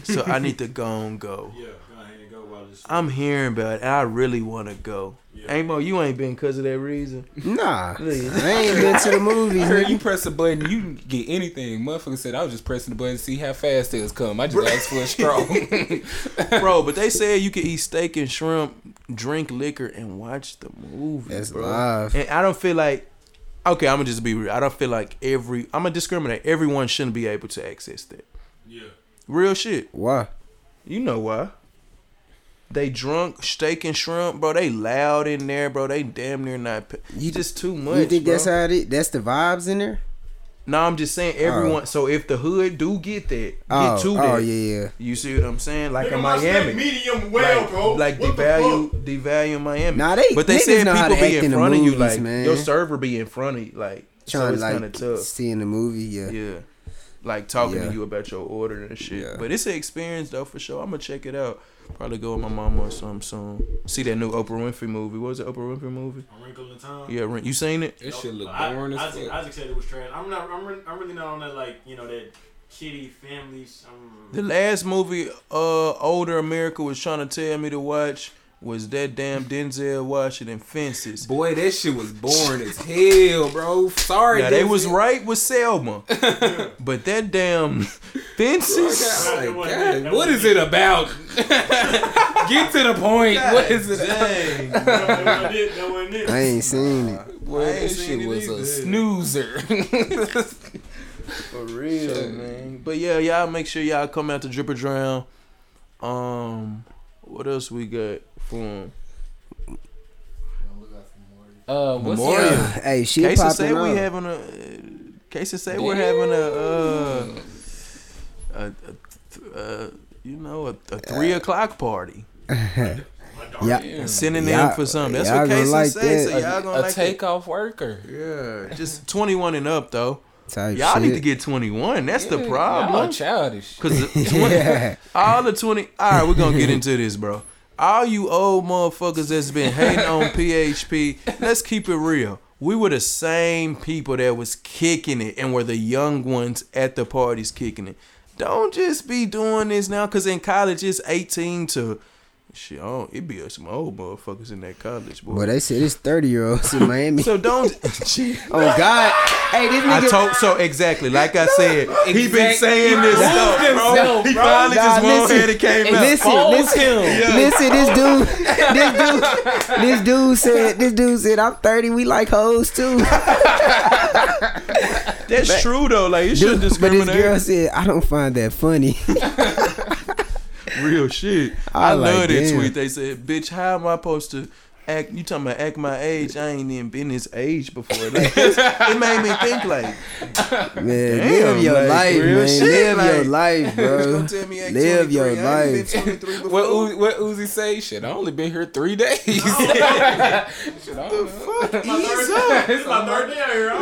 B: So I need to go and go.
E: Yeah. Go ahead and go while it's.
B: I'm hearing about it. And I really want to go.
E: Yeah.
B: Amo, you ain't been because of that reason.
A: Nah. I
B: Look.
A: ain't been to the movies.
C: I heard
A: nigga.
C: you press a button, you get anything. Motherfucker said I was just pressing the button to see how fast it was come. I just asked for a straw.
B: bro. But they said you can eat steak and shrimp, drink liquor, and watch the movie.
A: That's
B: bro.
A: live.
B: And I don't feel like. Okay, I'm gonna just be real. I don't feel like every. I'm gonna discriminate. Everyone shouldn't be able to access that.
E: Yeah.
B: Real shit.
A: Why?
B: You know why? They drunk steak and shrimp, bro. They loud in there, bro. They damn near not. p-
A: You-
B: just too much.
A: You think
B: bro.
A: that's how it is? That's the vibes in there?
B: No, I'm just saying everyone. So if the hood do get that, get
A: Oh,
B: to that.
A: oh yeah, yeah.
B: You see what I'm saying? Like in
E: Nigga, my steak
B: Miami.
E: medium
B: Like,
E: well, bro.
B: like
E: What the
B: devalue,
E: fuck?
B: devalue Miami.
A: Nah, they-
B: but they
A: niggas
B: said
A: know how
B: people
A: to act
B: be in
A: in the
B: front of you,
A: movies,
B: like
A: man.
B: your server be in front of you, like so
A: Trying
B: it's kind of
A: to like
B: tough.
A: see in the movie. Yeah.
B: Yeah, like talking
A: Yeah.
B: to you about your order and shit.
A: Yeah.
B: But it's an experience though for sure. I'm gonna check it out. Probably go with my mama or something soon. See that new Oprah Winfrey movie? What was it? Oprah Winfrey movie?
E: A Wrinkle in Time.
B: Yeah, Ren- you seen it?
C: This shit look
E: I-
C: boring as
E: Isaac,
C: fuck.
E: Isaac said it was trash. I'm not. I'm, re- I'm really not on that like you know that kitty family. I'm,
B: The last movie, uh, older America was trying to tell me to watch was that damn Denzel Washington fences.
C: Boy, that shit was boring as hell, bro. Sorry,
B: Now they
C: Denzel.
B: was right with Selma, but that damn fences.
C: God, like, God, what is it about? Get to the point. what is it?
B: Dang,
E: That wasn't it. That wasn't it.
A: I ain't seen it.
C: Boy,
B: I ain't
C: that
B: seen
C: shit
B: it
C: was a
B: either.
C: snoozer.
B: for real, man. But yeah, y'all make sure y'all come out to Dripper Drown. Um, what else we got from
D: Don't look out for more.
C: uh, what's
B: Memorial.
C: your-
A: Hey, she
B: Casey?
A: popping
B: Say we
A: up.
B: having a. Casey say we're having a. Uh, a, a, a you know, a, a three o'clock party.
A: yeah,
B: Sending
A: Y'all-
B: in for something. That's
A: y'all
B: what
A: gonna
B: Casey
A: like
B: say.
A: that.
B: So y'all gonna
C: a
B: like it.
C: takeoff worker?
B: Yeah, just 21 and up though.
A: type
B: Y'all need
A: shit.
B: to get 21. That's the
C: Y'all
B: problem.
C: childish.
B: Cause the 20,
A: Yeah.
B: all the 20. All right, we're gonna get into this, bro. All you old motherfuckers that's been hating on PHP, let's keep it real. We were the same people that was kicking it and were the young ones at the parties kicking it. Don't just be doing this now, cause in college it's 18 to shit. I don't- It be some old motherfuckers in that college, boy.
A: Well, they said it's thirty year olds in Miami.
B: so don't.
A: oh God! Hey, this
B: I
A: nigga.
B: told so exactly. Like I said, he been saying this stuff, bro.
C: himself,
B: he
C: bro.
B: finally
A: Nah,
B: just went
A: listen.
B: ahead and came out.
A: Listen, listen, listen. This dude, this dude, this dude said, this dude said, I'm 30. We like hoes too.
B: That's true though. Like you
A: Dude,
B: should
A: but this
B: discriminate.
A: girl said, I don't find that funny.
B: Real shit.
A: I
B: I,
A: like
B: love that
A: them.
B: tweet. They said, "Bitch, how am I supposed to?" Act, you talking about act my age? I ain't even been this age before. Like, it made me think like,
A: Uh, Man, live your
B: like,
A: life,
B: real
A: man.
B: shit,
A: live your
B: like,
A: life,
B: "Bitch,
A: bro.
B: gonna tell me act
A: Live your
B: 23. I ain't
A: life.
B: been 23 before.
C: What, Uzi, what Uzi say? Shit, I only been here three days. Shit, I don't know.
E: my third day. This is my third day out here. I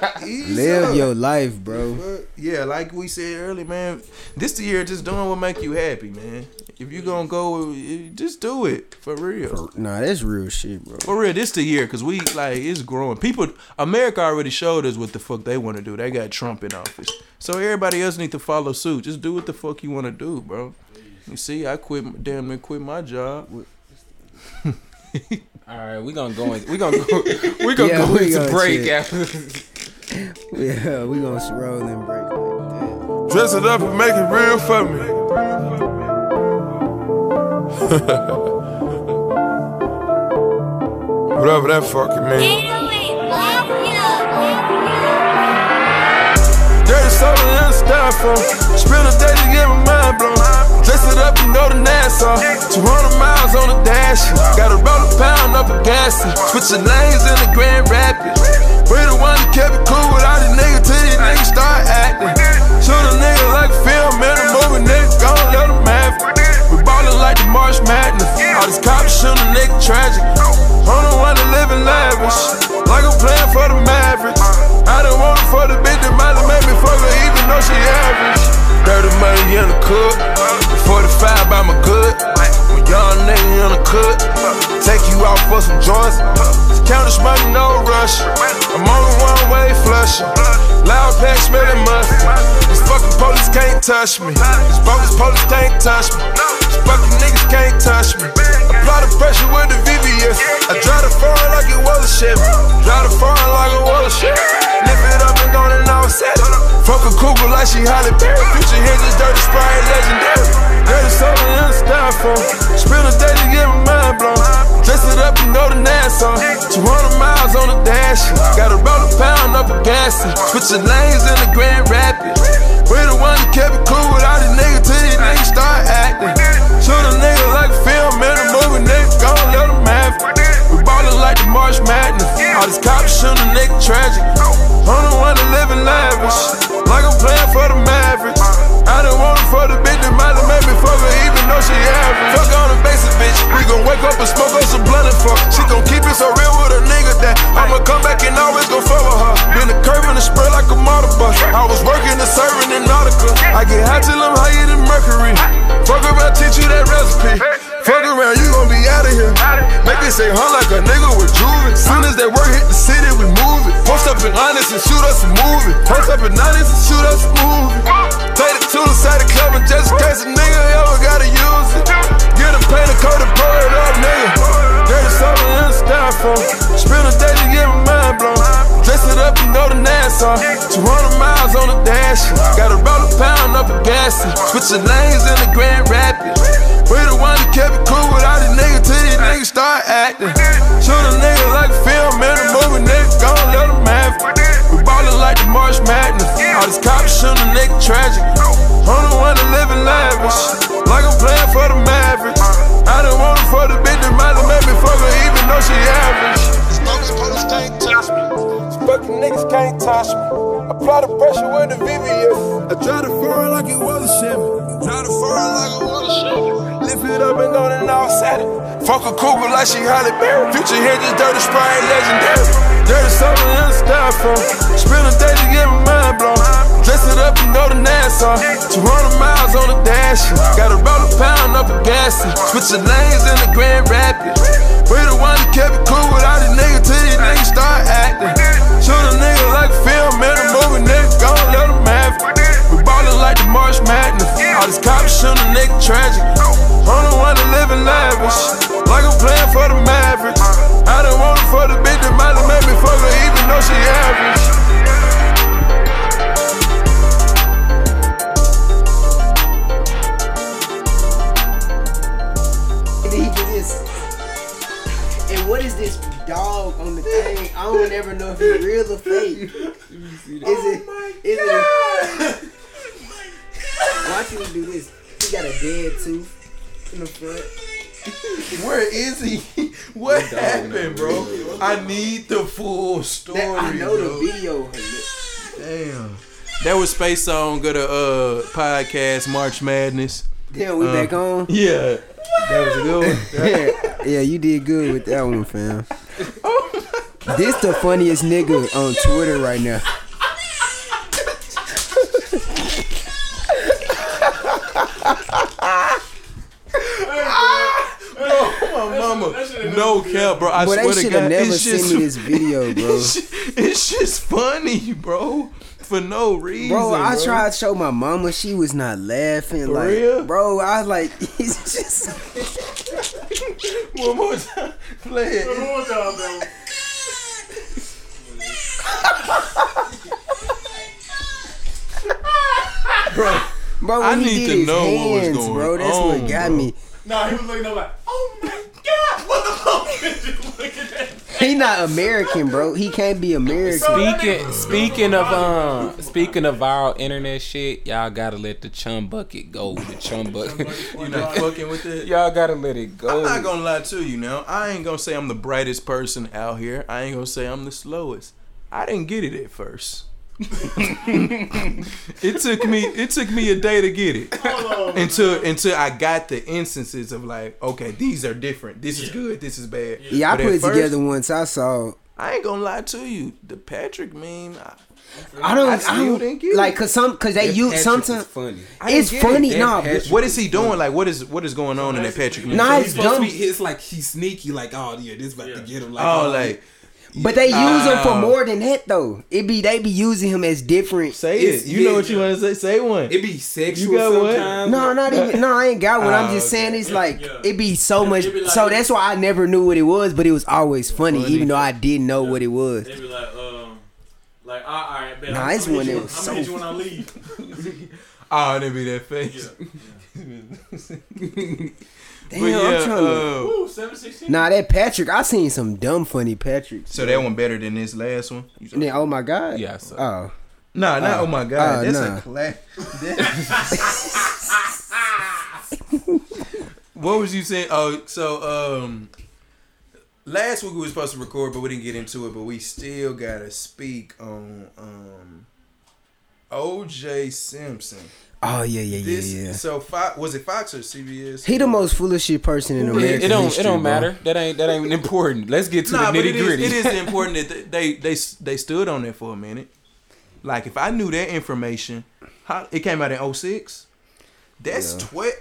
E: don't know.
B: Ease
A: Live
B: up.
A: your life, bro.
B: But, yeah, like we said earlier, man. This the year, just doing what make you happy, man. If you gonna go, eh, just do it for real.
A: Nah, that's real shit, bro.
B: For real, this the year because we like it's growing. People, America already showed us what the fuck they want to do. They got Trump in office, so everybody else need to follow suit. Just do what the fuck you want to do, bro. You see, I quit, damn near quit my job.
C: All right, we gonna go. In, we gonna go. We gonna
A: Yeah,
C: go
A: we
C: into
A: gonna
C: break
A: chill.
C: after.
A: Yeah, we gonna roll and break like that.
H: Dress it up and make it real for me. Whatever that fucking means. Dirty soda and stuff from. Spend a day to get my mind blown. Dress it up, you know the NASA. 200 miles on the dash. Gotta roll a pound up a gas. Switching lanes in the Grand Rapids. We the one that kept it cool with all these niggas till these niggas start acting. Shoot a nigga like a film in a movie, nigga, gon' let him have it. We ballin' like the March Madness. All these cops shootin' a nigga tragic. I'm the one that living lavish. Like I'm playing for the Mavericks. I done want it for the bitch that might have made me fuck her even though she average. 30 money in the cook, 45 by my good. My young nigga in the cook, take you out for some joints. Count this money, no rush. I'm on the one way flushing. Loud pack smelling mustard. These fucking police can't touch me. These bogus police can't touch me. These fucking niggas can't touch me. Apply the pressure with the VBS. I drive the foreign like it was a ship. Drive the foreign like it was a ship. Lift it up and go and all set. Fuck a cougar like she Holly Berry. Future hinges, dirty sprite, legendary. Dirty soda in the styrofoam. Spill the day to get my mind blown. Dress it up and go to NASA. 200 miles on the dash. Gotta roll a pound up a gas. Switching lanes in the Grand Rapids. We the one that kept it cool with all these niggas till these niggas start acting. Shoot a nigga like a film in a movie, nigga, gon' let him have it. We ballin' like the March Madness. All these cops shootin' a nigga tragic. I'm the one that living lavish. Like I'm playing for the Mavericks. I done want it for the bitch that might have made me fuck her even though she average. Fuck on the basic bitch. We gon' wake up and smoke up some blunt and fuck. She gon' keep it so real with a nigga that I'ma come back and always gon' fuck with her. Been a curve and a spread like a model bus. I was working and serving in Nautica. I get high till I'm higher than Mercury. Fuck around, teach you that recipe. Fuck around, you gon' be out of here. Make it say, huh, like a nigga with jewelry. Soon as that work hit the city, we move it. Post up in honest and shoot us a movie. Post up in honest and shoot us a movie. Take it to the side of the club and just in case a nigga ever gotta use it. Get a paint a coat and pour it up, nigga. Dirty summer in the styrofoam. Spend a day to get my mind blown. Dress it up and go to Nassau. 200 miles on the dash. Gotta roll a pound up a gas. Switching lanes in the Grand Rapids. We the one that kept it cool with all these niggas till these niggas start acting. Shoot a nigga like a film in a movie, nigga, gon' let them have it. We ballin' like the Marsh Madness. All these cops shootin' a nigga tragic. I'm the one that livin' lavish, like I'm playin' for the Mavericks. I done want it for the bitch that might have made me fuck her even though she average. Spokes police can't touch me. Spoken niggas can't touch me. Apply the pressure with the VVS. I try to fur it like it was a shimmy. Try to fur it like it was a shimmy. Lift it up and go to all Saturday. Fuck a cougar like she Holly Berry. Future hit this dirty sprite legendary. Dirty summer in the styrofoam. Spend a day to get my mind blown. Dress it up and go to Nassau. 200 miles on the dash. Gotta roll a pound up a gas. Switch the lanes in the Grand Rapids. We the one that kept it cool with all these niggas till these niggas start acting. Shoot a nigga like a film in a movie, nigga. Gon' let them have it. We ballin' like the March Madness. All these cops shootin' a nigga tragic. I'm the one that livin' lavish. Like I'm playin' for the Mavericks. I done want it for the bitch that might have made me fuck her even though she average.
A: Did he get this? And what is this dog on the thing? I don't ever know if it's real or fake. Is
B: Oh
A: it? Is it? Watch him do this. He got a dead tooth in the front.
B: Where is he? What happened, bro? I need the full story.
A: That, I know
B: bro.
A: the video.
B: Damn. That was Space Song of the uh, podcast March Madness.
A: Damn, we back on.
B: Uh, Yeah. That was a good
A: yeah,
B: one.
A: yeah, you did good with that one, fam.
B: Oh
A: This the funniest nigga on Twitter right now.
B: Oh, my mama. No cap, bro. I
A: But they
B: swear to
A: should have
B: God.
A: never
B: It's
A: sent me this
B: just,
A: video, bro.
B: it's, just, it's just funny, bro. For no reason.
A: Bro, I tried to show my mama. She was not laughing. like,
B: real?
A: bro, I was like, he's just.
B: One more time. Play it.
E: One more time, bro.
A: Bro, when
B: I
A: he
B: need
A: did
B: to
A: his
B: know what was
A: hands,
B: going
A: bro. That's
B: on,
A: what got
B: bro.
A: me.
E: Nah, he was looking up like, oh my god, what the fuck is you looking at?
A: He not American, bro. He can't be American.
C: Speaking speaking of um speaking of viral internet shit, y'all gotta let the chum bucket go. The chum bucket,
B: You not fucking with it?
C: y'all gotta let it go.
B: I'm not gonna lie to you now. I ain't gonna say I'm the brightest person out here. I ain't gonna say I'm the slowest. I didn't get it at first. it took me it took me a day to get it. Until until I got the instances of like, okay, these are different. This is good, this is bad.
A: Yeah, I
B: But
A: put
B: at
A: it
B: first,
A: together once. I saw.
B: I ain't gonna lie to you. The Patrick meme, I,
A: I don't.
B: I
A: I,
B: still
A: don't
B: didn't get it.
A: like cause some cause they
C: That
A: use
C: Patrick
A: sometimes.
C: is funny.
B: I didn't
A: It's
B: get it.
A: funny,
C: That
A: nah,
C: Patrick-
A: but
B: What is he doing? Like what is what is going on in that Patrick meme?
A: nah,
C: He's
A: it's
C: supposed to
A: dumb.
C: be, it's like he's sneaky, like oh yeah, this about to get him. Like
B: Oh, like
A: But they use him for
B: Ah.
A: more than that though. It be they be using him as different.
B: say
C: It's-
B: it. You know what you want to say. Say one.
C: it be sexual
B: You got what?
C: sometimes.
A: No, not even. No, I ain't got one. I'm
C: Ah,
A: just saying it's like
E: Yeah.
A: it be so
E: It-
A: much.
E: it be like-
A: so that's why I never knew what it was, but it was always funny, even though I didn't know what it was.
E: They be like, um, like, ah, all right, man.
A: Nah,
E: I'm
A: this
E: gonna
A: one
E: hit you-
A: it was
E: I'm gonna hit
A: so-
E: you when I leave.
B: Oh, and it be that face.
E: Yeah.
A: Damn,
B: But
A: I'm
B: yeah,
A: trying to-
B: uh,
E: Ooh, 716.
A: Nah, that Patrick, I seen some dumb funny Patrick.
B: So that one better than this last one.
A: And then, oh my god.
C: Yeah, so-
A: Oh.
B: Nah, not oh my god,
A: uh,
B: that's
A: nah.
B: a class. what was you saying? Oh, so um, last week we were supposed to record, but we didn't get into it. But we still gotta speak on um, OJ Simpson.
A: Oh yeah, yeah, yeah,
B: This
A: yeah.
B: so Fo- was it Fox or CBS?
A: He the most foolish shit person in America.
C: It, it don't. It don't matter. That ain't. That ain't important. Let's get to
B: Nah,
C: the
B: but it
C: nitty
B: is,
C: gritty.
B: it is important that they, they they they stood on it for a minute. Like if I knew that information, how, it came out in 06. That's oh twe-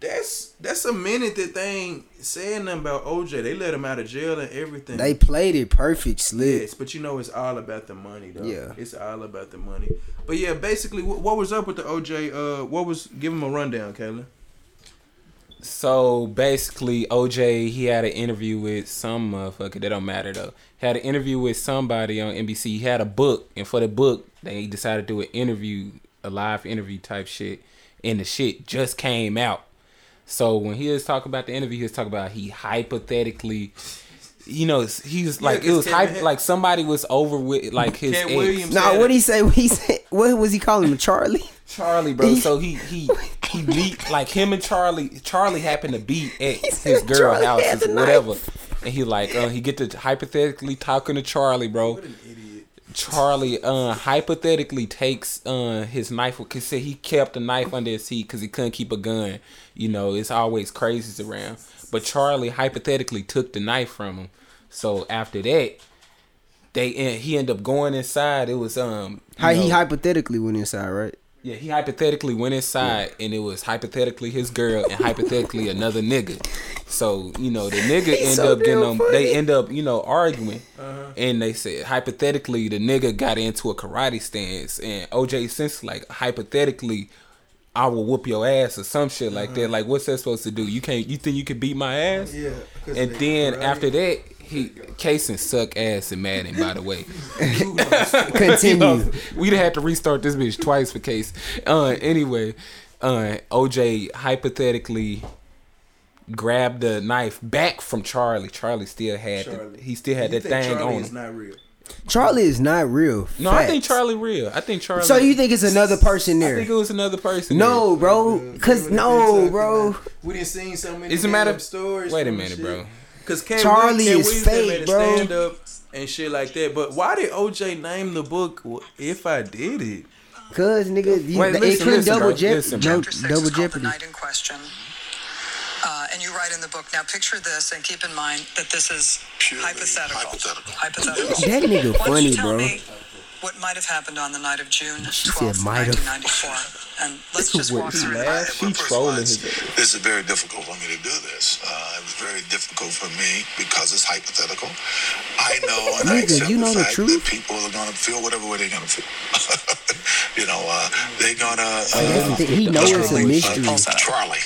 B: That's that's a minute that they ain't saying nothing about OJ. They let him out of jail and everything.
A: They played it perfect, slick.
B: Yes, but you know it's all about the money, though.
A: Yeah.
B: it's all about the money. But yeah, basically, what, what was up with the OJ? Uh, what was give him a rundown, Kayla?
C: So basically, OJ he had an interview with some motherfucker. That don't matter though. Had an interview with somebody on NBC. He had a book, and for the book, they decided to do an interview, a live interview type shit. And the shit just came out. So when he was talking about the interview, he was talking about he hypothetically, you know, he was like it
B: 'cause
C: was
B: Kevin
C: hype,
B: had-
C: like somebody was over with like his
B: Cat
C: ex.
B: Williams.
A: Nah,
B: had
A: what he say? What he said? What was he calling him? Charlie?
C: Charlie, bro. So he he he meet like him and Charlie. Charlie happened to be at his
A: said
C: girl
A: Charlie
C: house
A: has
C: or
A: a
C: whatever, and he like uh, he get to hypothetically talking to Charlie, bro.
B: an idiot.
C: Charlie uh, hypothetically takes uh, his knife because said he kept a knife under his seat because he couldn't keep a gun. You know, it's always crazies around. But Charlie hypothetically took the knife from him. So after that, they en- he ended up going inside. It was um you
A: How he
C: know-
A: hypothetically went inside, right?
C: yeah, he hypothetically went inside and it was hypothetically his girl and hypothetically another nigga. So, you know, the nigga end
A: so
C: up getting
A: damn
C: them
A: funny.
C: they end up, you know, arguing.
B: Uh-huh.
C: And they said hypothetically the nigga got into a karate stance and OJ since like hypothetically I will whoop your ass or some shit like that. Like what's that supposed to do? You can't you think you can beat my ass?
B: Uh-huh. Yeah, 'cause
C: And
B: they
C: then
B: karate.
C: after that, he Kason suck ass and Madden, by the way.
A: Continue.
C: We'd have had to restart this bitch twice for case. Uh, anyway, uh, OJ hypothetically grabbed the knife back from Charlie. Charlie still had the-
B: Charlie.
C: he still had
B: You
C: that
B: think
C: thing
B: Charlie
C: on
B: is
C: him.
B: not real.
A: Charlie is not real.
C: No, I think
A: Facts.
C: Charlie real. I think Charlie.
A: So you think it's another person
C: I
A: there?
C: think it was another person.
A: No, bro. Cause no, bro.
B: We didn't seen so many.
C: It's a matter-
B: damn stories.
C: Wait a
B: from
C: minute,
B: shit.
C: bro.
B: Cause Cat
A: Charlie
B: Williams,
A: is
B: Cat Williams
A: fake,
B: made a
A: bro.
B: Stand up and shit like that. But why did OJ name the book "If I Did It"?
A: Cause nigga, you,
C: Wait,
A: they
C: listen,
A: couldn't
C: listen,
A: double,
C: bro.
A: je-
C: Listen, bro.
A: jo-
I: Chapter six
A: double
I: is called The
A: jeopardy.
I: Night in Question. Uh, and you write in the book. Now picture this, and keep in mind that this is hypothetical. Hypothetical.
A: That nigga
I: Why don't
A: funny,
I: you tell
A: bro.
I: me what might have happened on the night of June
A: She said
I: 12th,
A: might have.
I: 1994? And let's just walk through that.
C: Laugh, she trolling his
J: This is very difficult for me to do this. Uh, it was very difficult for me because it's hypothetical. I know and I
A: Nigga,
J: accept
A: you know the
J: fact
A: truth?
J: that people are going to feel whatever way they're going to feel. you know, uh, they're going to.
A: That's the thing, He knows it's a mystery.
J: Charlie.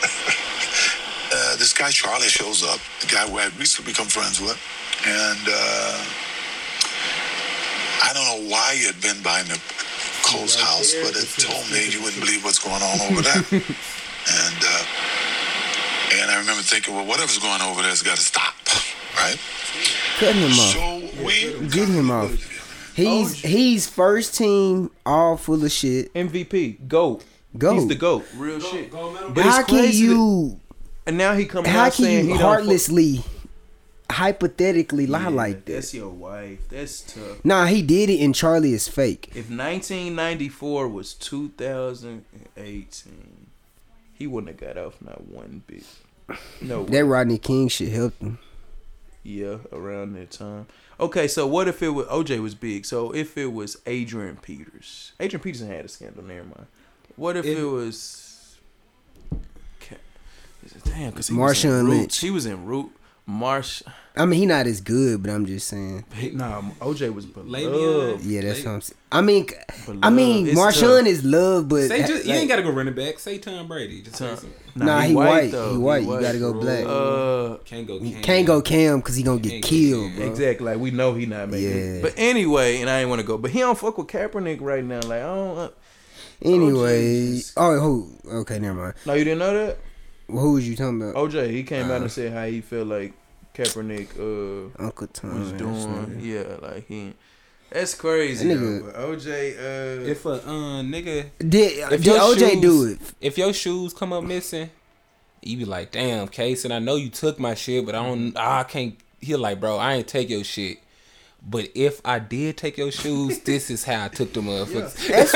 J: uh, this guy Charlie shows up, the guy who I recently become friends with, and uh, I don't know why you'd been by the Cole's house, but it told me you wouldn't believe what's going on over there. and uh, and I remember thinking, well, whatever's going on over there's got to stop, right?
A: Cutting him off.
J: So we
A: Get him off. He's he's first team, all full of shit.
B: MVP, goat.
A: Go.
B: He's the goat. Real shit.
E: Gold medal.
B: But
A: how
B: it's
A: can
B: crazy that-
A: you?
B: and now he coming
A: How
B: out saying
A: can
B: he
A: you
B: don't fuck-
A: heartlessly, hypothetically lie
B: Yeah,
A: like
B: That's
A: this?
B: your wife. That's tough.
A: Nah, he did it, and Charlie is fake.
B: If 1994 was 2018, he wouldn't have got off not one bit. No, way.
A: That Rodney King shit helped him.
B: yeah, around that time. Okay, so what if it was OJ was big? So if it was Adrian Peters, Adrian Peterson had a scandal. Never mind. What if it,
C: It-
B: was? Ca- Damn, because he was
A: Marshawn
B: in Root.
A: Lynch.
B: She was in Root. Marsh.
A: I mean, he not as good, but I'm just saying.
B: Nah, OJ was
C: Le'Veon.
B: beloved.
A: Yeah, that's
C: They-
A: what I'm saying. I mean, c- I
B: Beloved.
A: mean,
B: It's
A: Marshawn
B: tough.
A: is love, but
C: Say just, you
A: like,
C: ain't gotta go running back. Say Tom Brady. Just say
B: Nah,
C: something.
A: Nah, he white, he white, you gotta go
B: bro.
A: black.
B: Uh,
C: Can't go.
A: you
C: Cam.
A: can't go Cam because he gonna
C: Can't
A: get
C: go
A: killed,
C: Cam.
A: bro.
B: Exactly, like we know he not making
A: Yeah.
B: it. But anyway, and I ain't want to go. But he don't fuck with Kaepernick right now. Like I don't. Uh,
A: Anyway,
B: Jesus.
A: oh, who? Okay, never mind.
B: no, you didn't know that.
A: Well, who was you talking about?
B: OJ, he came out and said how he felt like Kaepernick uh
A: Uncle Tom.
B: was
A: man, this
B: doing.
A: nigga.
B: Yeah, like he. That's crazy.
A: That nigga-
B: though. But OJ, uh,
C: If a uh, nigga
A: Did,
C: If
A: did
C: your
A: OJ
C: shoes-
A: do it?
C: if your shoes come up missing, you be like, damn, Case, and I know you took my shit, but I don't, I can't. He like, bro, I ain't take your shit. But if I did take your shoes, this is how I took the motherfuckers.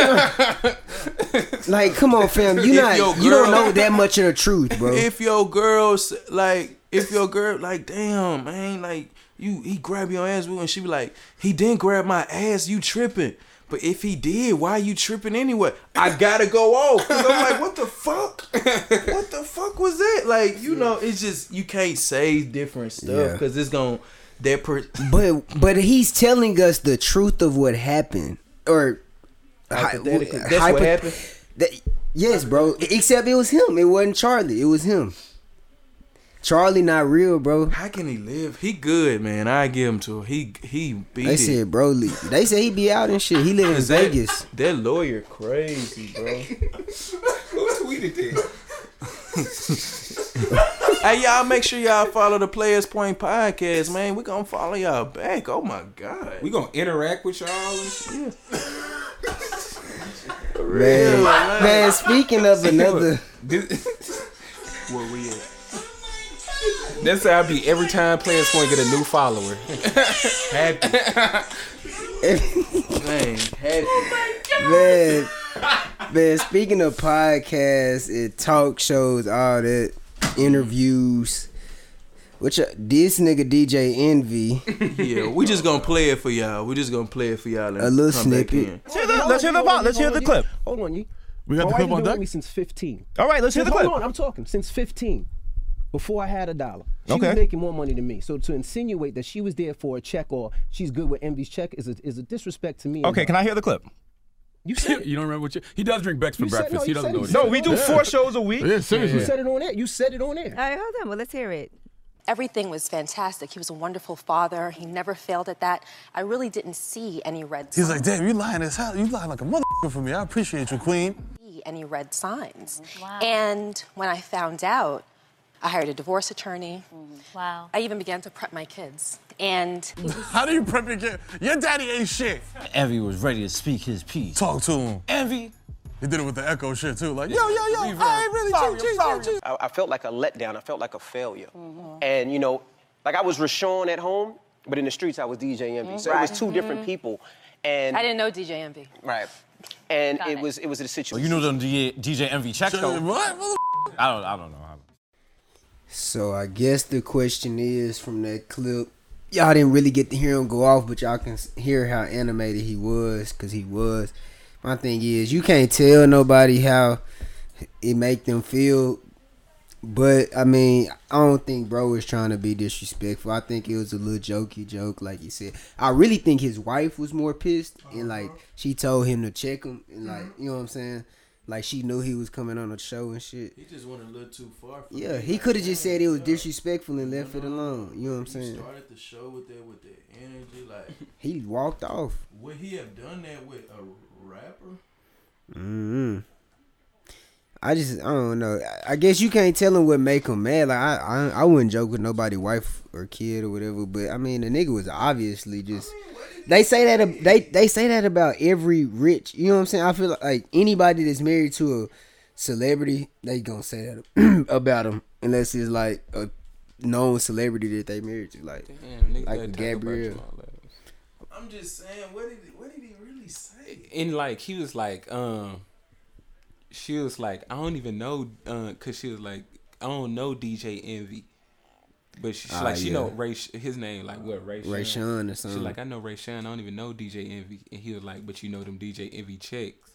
A: That's what- like, come on, fam. You
B: If
A: not
B: your
A: you don't
B: girl-
A: know that much of the truth, bro.
B: if your girls like if your girl like, damn, man, like you, he grab your ass, and she be like, he didn't grab my ass, you tripping. But if he did, why you tripping anyway? I gotta go off. i I'm like, what the fuck? What the fuck was that? Like, you know, it's just you can't say different stuff
A: Yeah.
B: because it's gonna that per-
A: But but he's telling us the truth of what happened, or
B: Hypothetically,
A: hy-
B: that's what
A: hypo-
B: happened?
A: that- yes, bro. Except it was him. It wasn't Charlie. It was him. Charlie not real, bro.
B: How can he live? He good, man. I give him to him. He he beat
A: They
B: it.
A: said, bro, Lee. They said he be out and shit. He live in
B: Is that-
A: Vegas.
B: That lawyer crazy, bro.
C: Who tweeted this?
B: hey y'all, make sure y'all follow the Players Point podcast, man. We gonna follow y'all back. Oh my god,
C: we gonna interact with y'all. And shit.
A: Man, man, speaking of another,
B: Where we at?
C: That's how I be every time players point get a new follower.
B: Happy, man. Happy.
A: man, man, speaking of podcasts and talk shows, all that interviews. Which uh, this nigga DJ Envy,
B: Yeah, we just gonna play it for y'all. We just gonna play it for y'all. And
A: a little
B: come back
A: snippet.
B: in.
K: Let's hear the ball. Let's hear the clip.
L: Hold on, you.
K: We got
L: My
K: the
L: wife
K: clip
L: been
K: on
L: with
K: deck?
L: me since 15.
K: All right, let's hear
L: Since-
K: the clip.
L: Hold on, I'm talking. Since 15, before I had a dollar, she
K: Okay.
L: was making more money than me. So to insinuate that she was there for a check or she's good with Envy's check is a, is a disrespect to me. and
K: Okay,
L: her.
K: can I hear the clip?
L: You
M: you don't remember what you? He does drink Beck's for
L: You said-
M: breakfast.
L: no,
M: he
L: you
M: doesn't
L: said
M: know
L: it.
M: what
K: No, we do
M: Yeah.
K: four shows a week.
M: Yeah, seriously.
L: You said it on air. You said it on air.
N: All right, hold on. Well, let's hear it. Everything was fantastic. He was a wonderful father. He never failed at that. I really didn't see any red
O: He's
N: signs.
O: like, damn, you lying as hell. You lying like a motherfucker for me. I appreciate you, queen.
N: see any red signs. And when I found out, I hired a divorce attorney. Wow. I even began to prep my kids. And
O: How do you prep your kid? Your daddy ain't shit. Envy was ready to speak his piece. Talk to him. Envy. He did it with the echo shit too. Like, yo, yo, yo, I ain't really
P: sorry,
O: cheat, cheat,
P: I'm
O: cheat,
P: sorry.
O: cheat.
P: I, I felt like a letdown. I felt like a failure.
L: Mm-hmm.
P: And you know, like I was Rashawn at home, but in the streets I was DJ Envy. So it was
N: Right.
L: Mm-hmm.
P: 2 different
N: Mhm.
P: people. And
N: I didn't know DJ Envy.
P: right. And
N: Got
P: it,
N: it.
P: was it was a situation.
O: you know them DJ Envy checks though. What? I don't, I don't know.
A: So I guess the question is from that clip, y'all didn't really get to hear him go off, but y'all can s- hear how animated he was, cause he was. My thing is, you can't tell nobody how it make them feel. But I mean, I don't think bro was trying to be disrespectful. I think it was a little jokey joke, like he said. I really think his wife was more pissed, and like she told him to check him, and like you know what I'm saying. Like she knew he was coming on the show and shit.
B: He just went a little too far. For
A: Yeah,
B: me.
A: he
B: Like,
A: could have just
B: damn,
A: said it was
B: yeah.
A: disrespectful and left it alone. You know what I'm
B: You
A: saying?
B: started the show with that with that energy. Like,
A: He walked off.
B: would he have done that with a rapper?
A: Mm-hmm. I just I don't know. I- I guess you can't tell him what make him mad. Like I, I I wouldn't joke with nobody, wife or kid or whatever. But I mean, the nigga was obviously just. They say that ab- they they say that about every rich. You know what I'm saying? I feel like anybody that's married to a celebrity, they gonna say that about him unless it's like a known celebrity that they married to, like
C: Damn, nigga,
A: like
C: that Taco
A: Gabrielle.
B: I'm just saying, what did he, what did he really say?
C: and like he was like um she was like i don't even know uh 'cause cause she was like i don't know dj envy but she, she
A: Ah,
C: like she
A: yeah.
C: know ray Sh- his name like what ray
A: Ray Sean or something.
C: she like i know ray Sean. i don't even know dj envy and he was like but you know them dj envy checks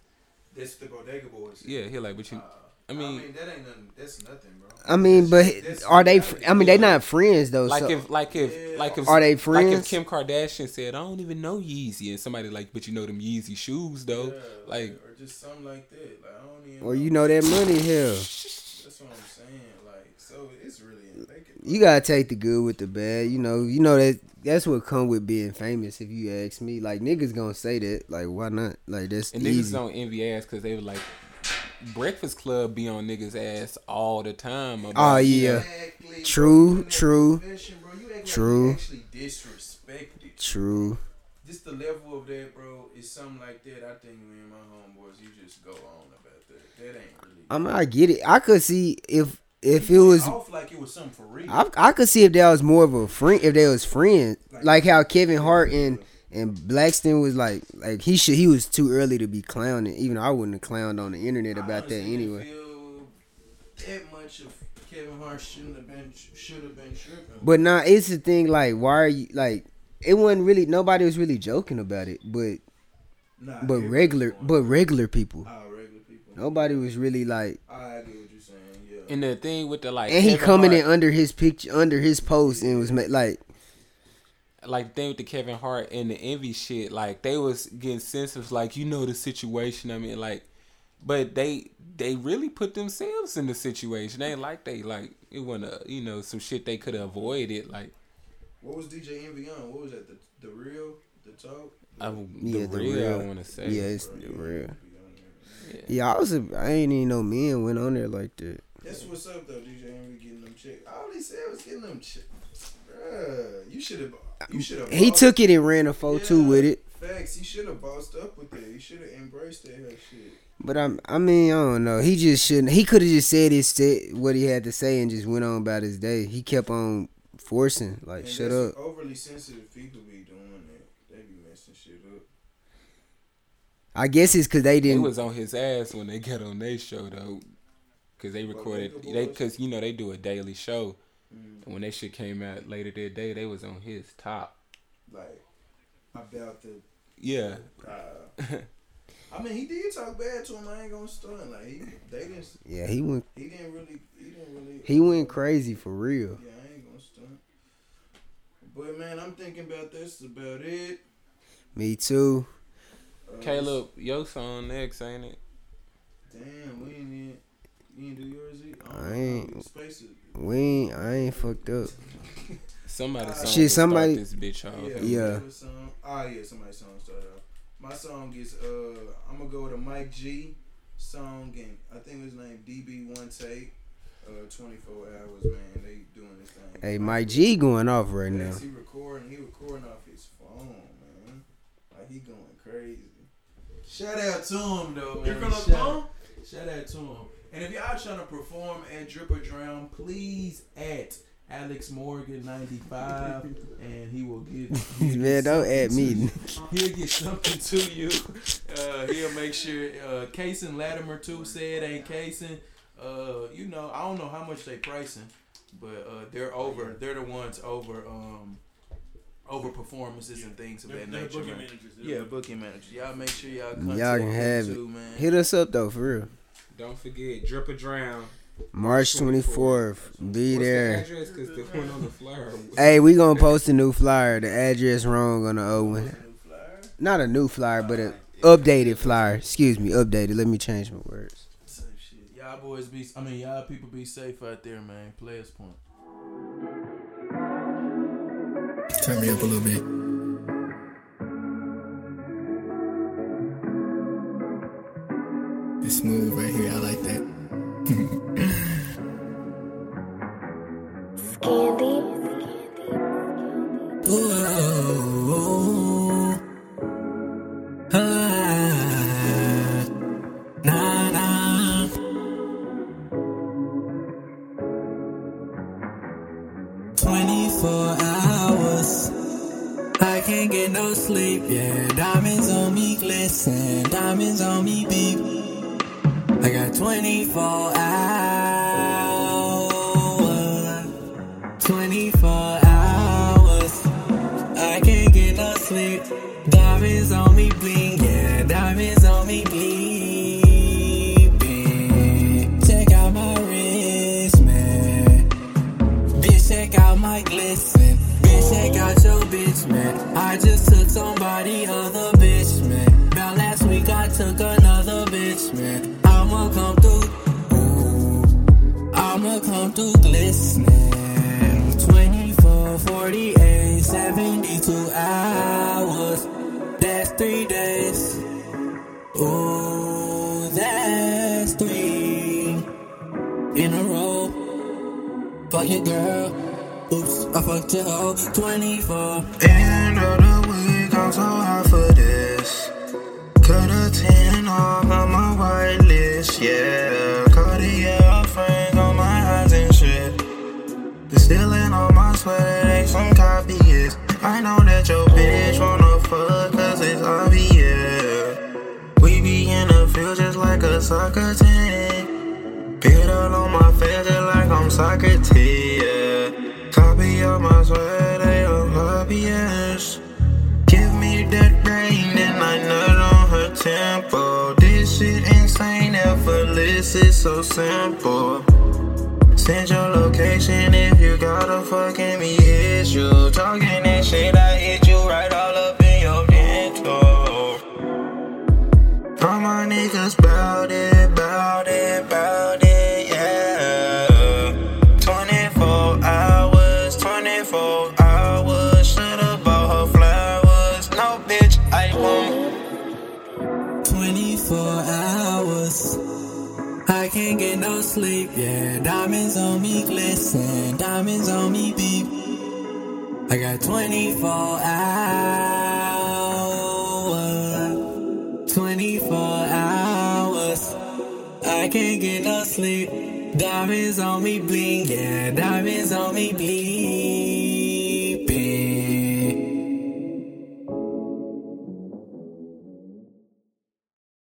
B: That's the Bodega Boys.
C: yeah he like but you i mean
B: that ain't nothing. That's nothing, bro.
A: I mean, but are they? fr- I mean, they not friends though.
C: like
A: so-
C: if like if like if
A: are they
C: Like if
A: friends?
C: Kim Kardashian said, "I don't even know Yeezy," and somebody like, "But you know them Yeezy shoes though." like
B: Or just something like that. Like, I don't even.
A: Or you know that money hell.
B: That's what I'm saying. Like, so it's really. They can,
A: You gotta take the good with the bad. You know, you know that that's what come with being famous. If you ask me, like niggas gonna say that. Like why not? Like that's
C: And niggas
A: easy.
C: don't envy ass because they were like, Breakfast Club be on niggas ass all the time. about-
A: Oh yeah, true, true, true,
B: actually disrespected.
A: true.
B: Just the level of that, bro, is something like that. I think me and my homeboys, you just go on about that. That ain't really.
A: I mean, I get it. I could see if if it was.
B: off like it was something for real.
A: I, I could see if that was more of a friend. If they was friends, like how Kevin Hart and and Blackston was like like he should he was too early to be clowning. Even though I wouldn't have clowned on the internet about that anyway.
B: that much of Kevin Hart shouldn't have been should have been tripping.
A: But nah, it's the thing. Like, why are you like? It wasn't really nobody was really joking about it, but
B: Nah,
A: but
B: it-
A: regular but regular people.
B: Ah, regular people.
A: Nobody was really like,
B: I get what you're saying. Yeah.
C: And the thing with the like,
A: and he
C: Kevin
A: coming
C: Hart-
A: in under his picture under his post and was ma- like,
C: like the thing with the Kevin Hart and the envy shit, like they was getting senseless, like you know the situation. I mean, like, but they they really put themselves in the situation. They ain't like they like it wasn't a, you know some shit they could have avoided. Like
B: What was DJ Envy on? What was that? The the real the talk.
C: I, Oh, the
A: yeah, the
C: real,
A: real,
C: I want to say,
A: yeah, it's the real. Yeah. I was a, I ain't even know men went on there like that.
B: That's what's up though, DJ Envy getting them chicks. All he said was getting them chicks. Bruh, you should have. You should have.
A: He took it and ran a four two with it.
B: Facts. You should have bossed up with that. You should have embraced that her shit.
A: But I'm, I mean, I don't know. He just shouldn't. He could have just said his st- what he had to say and just went on about his day. He kept on forcing, like,
B: And
A: shut up.
B: that's what Overly sensitive people be doing that. They be messing shit up.
A: I guess it's because they
C: They
A: didn't.
C: was on his ass when they got on their show though, because they recorded they because you know they do a daily show,
B: Mm.
C: and when that shit came out later that day, they was on his top.
B: Like about the.
C: Yeah.
B: Uh, I mean, he did talk bad to him. I ain't gonna stun. Like he, they didn't.
A: Yeah, he went.
B: He didn't really. He didn't really.
A: He went crazy for real.
B: Yeah, I ain't gonna stun. But man, I'm thinking about this. About it.
A: Me too.
C: Caleb, your song next, ain't it?
B: Damn, we ain't. Even, you ain't do yours either.
A: I
B: know,
A: ain't.
B: space it.
A: We ain't. I ain't fucked up.
C: Somebody song
A: Shit,
C: to start
A: somebody.
C: this bitch off.
B: Uh, Yeah.
A: Yeah.
B: whatever Song. Oh yeah, somebody's song started off. My song is uh, I'm gonna go to Mike G song and I think his name DB One Take. Uh, 24 hours, man. They doing this thing.
A: Hey, Mike G going off right now.
B: Yes, He recording. He recording off his phone, man. Like he going crazy. Shout out to him though.
E: Here
B: man.
E: come the
B: Shout-
E: phone?
B: Shout out to him. And if y'all trying to perform at Drip or Drown, please at Alex Morgan 95 and he will give
A: Man, don't add me.
B: He'll get something to you. Uh, he'll make sure. Uh, Case and Latimer too said ain't Casing. Uh, you know, I don't know how much they pricing, but uh, they're over. They're the ones over. Um, over performances and things of
E: They're-
B: that
E: they're
B: nature.
E: booking
B: man.
E: managers. They're
B: Yeah,
E: booking-
B: booking managers. Y'all make sure y'all come
A: Y'all
B: to
A: can
B: the
A: have
B: too,
A: it.
B: man.
A: Hit us up though, for real.
C: Don't forget, drip or drown.
A: March twenty fourth. Be
C: What's
A: there.
C: the address? Cause the one on the flyer.
A: Hey, we gonna post a new flyer. The address wrong on the old one. Not a new flyer, but an updated flyer. Excuse me, updated. Let me change my words.
B: Y'all boys be. I mean, y'all people be safe out there, man. Players point.
Q: Turn me up a little bit. It's smooth right here. I like that.
R: Ooh, ah, nah, nah. Twenty-four hours. I can't get no sleep. Yeah, diamonds on me glisten, diamonds on me beep. I got twenty-four hours. 24 hours. I can't get no sleep. Diamonds on me bling, yeah. Diamonds on me bleeping. Check out my wrist, man. Bitch, check out my glisten. Bitch, check out your bitch, man. I just took somebody other bitch, man. About last week I took another bitch, man. I'ma come through. Ooh. I'ma come through glistening. 24, 48, 72 hours. That's three days. Ooh, that's three in a row. Fuck your girl. Oops, I fucked your hoe. 24. End of the week, I'm so hot for this. Cut a 10 off on my white list, yeah. Cartier frames on my eyes and shit. The stealing on my sweater, they some copyists. I know that your bitch wanna fuck, cause it's obvious. We be in the field just like a soccer team. Build all on my face just like I'm socket tee, yeah. Copy of my sweat, they don't copy us. Give me that brain and I nut on her tempo. This shit insane, effortless, it's so simple. Send your location if you got a fucking me issue. Talking that shit, I hit you right all up in your dental. All my niggas bout it, bout it, bout it, yeah. 24 hours, 24 hours. Should've bought her flowers. No, bitch, I won't.
S: 24 hours. I can't get no sleep, yeah. Diamonds on me glisten, diamonds on me beep. I got 24 hours. 24 hours. I can't get no sleep. Diamonds on me bling, yeah. Diamonds on me bleed.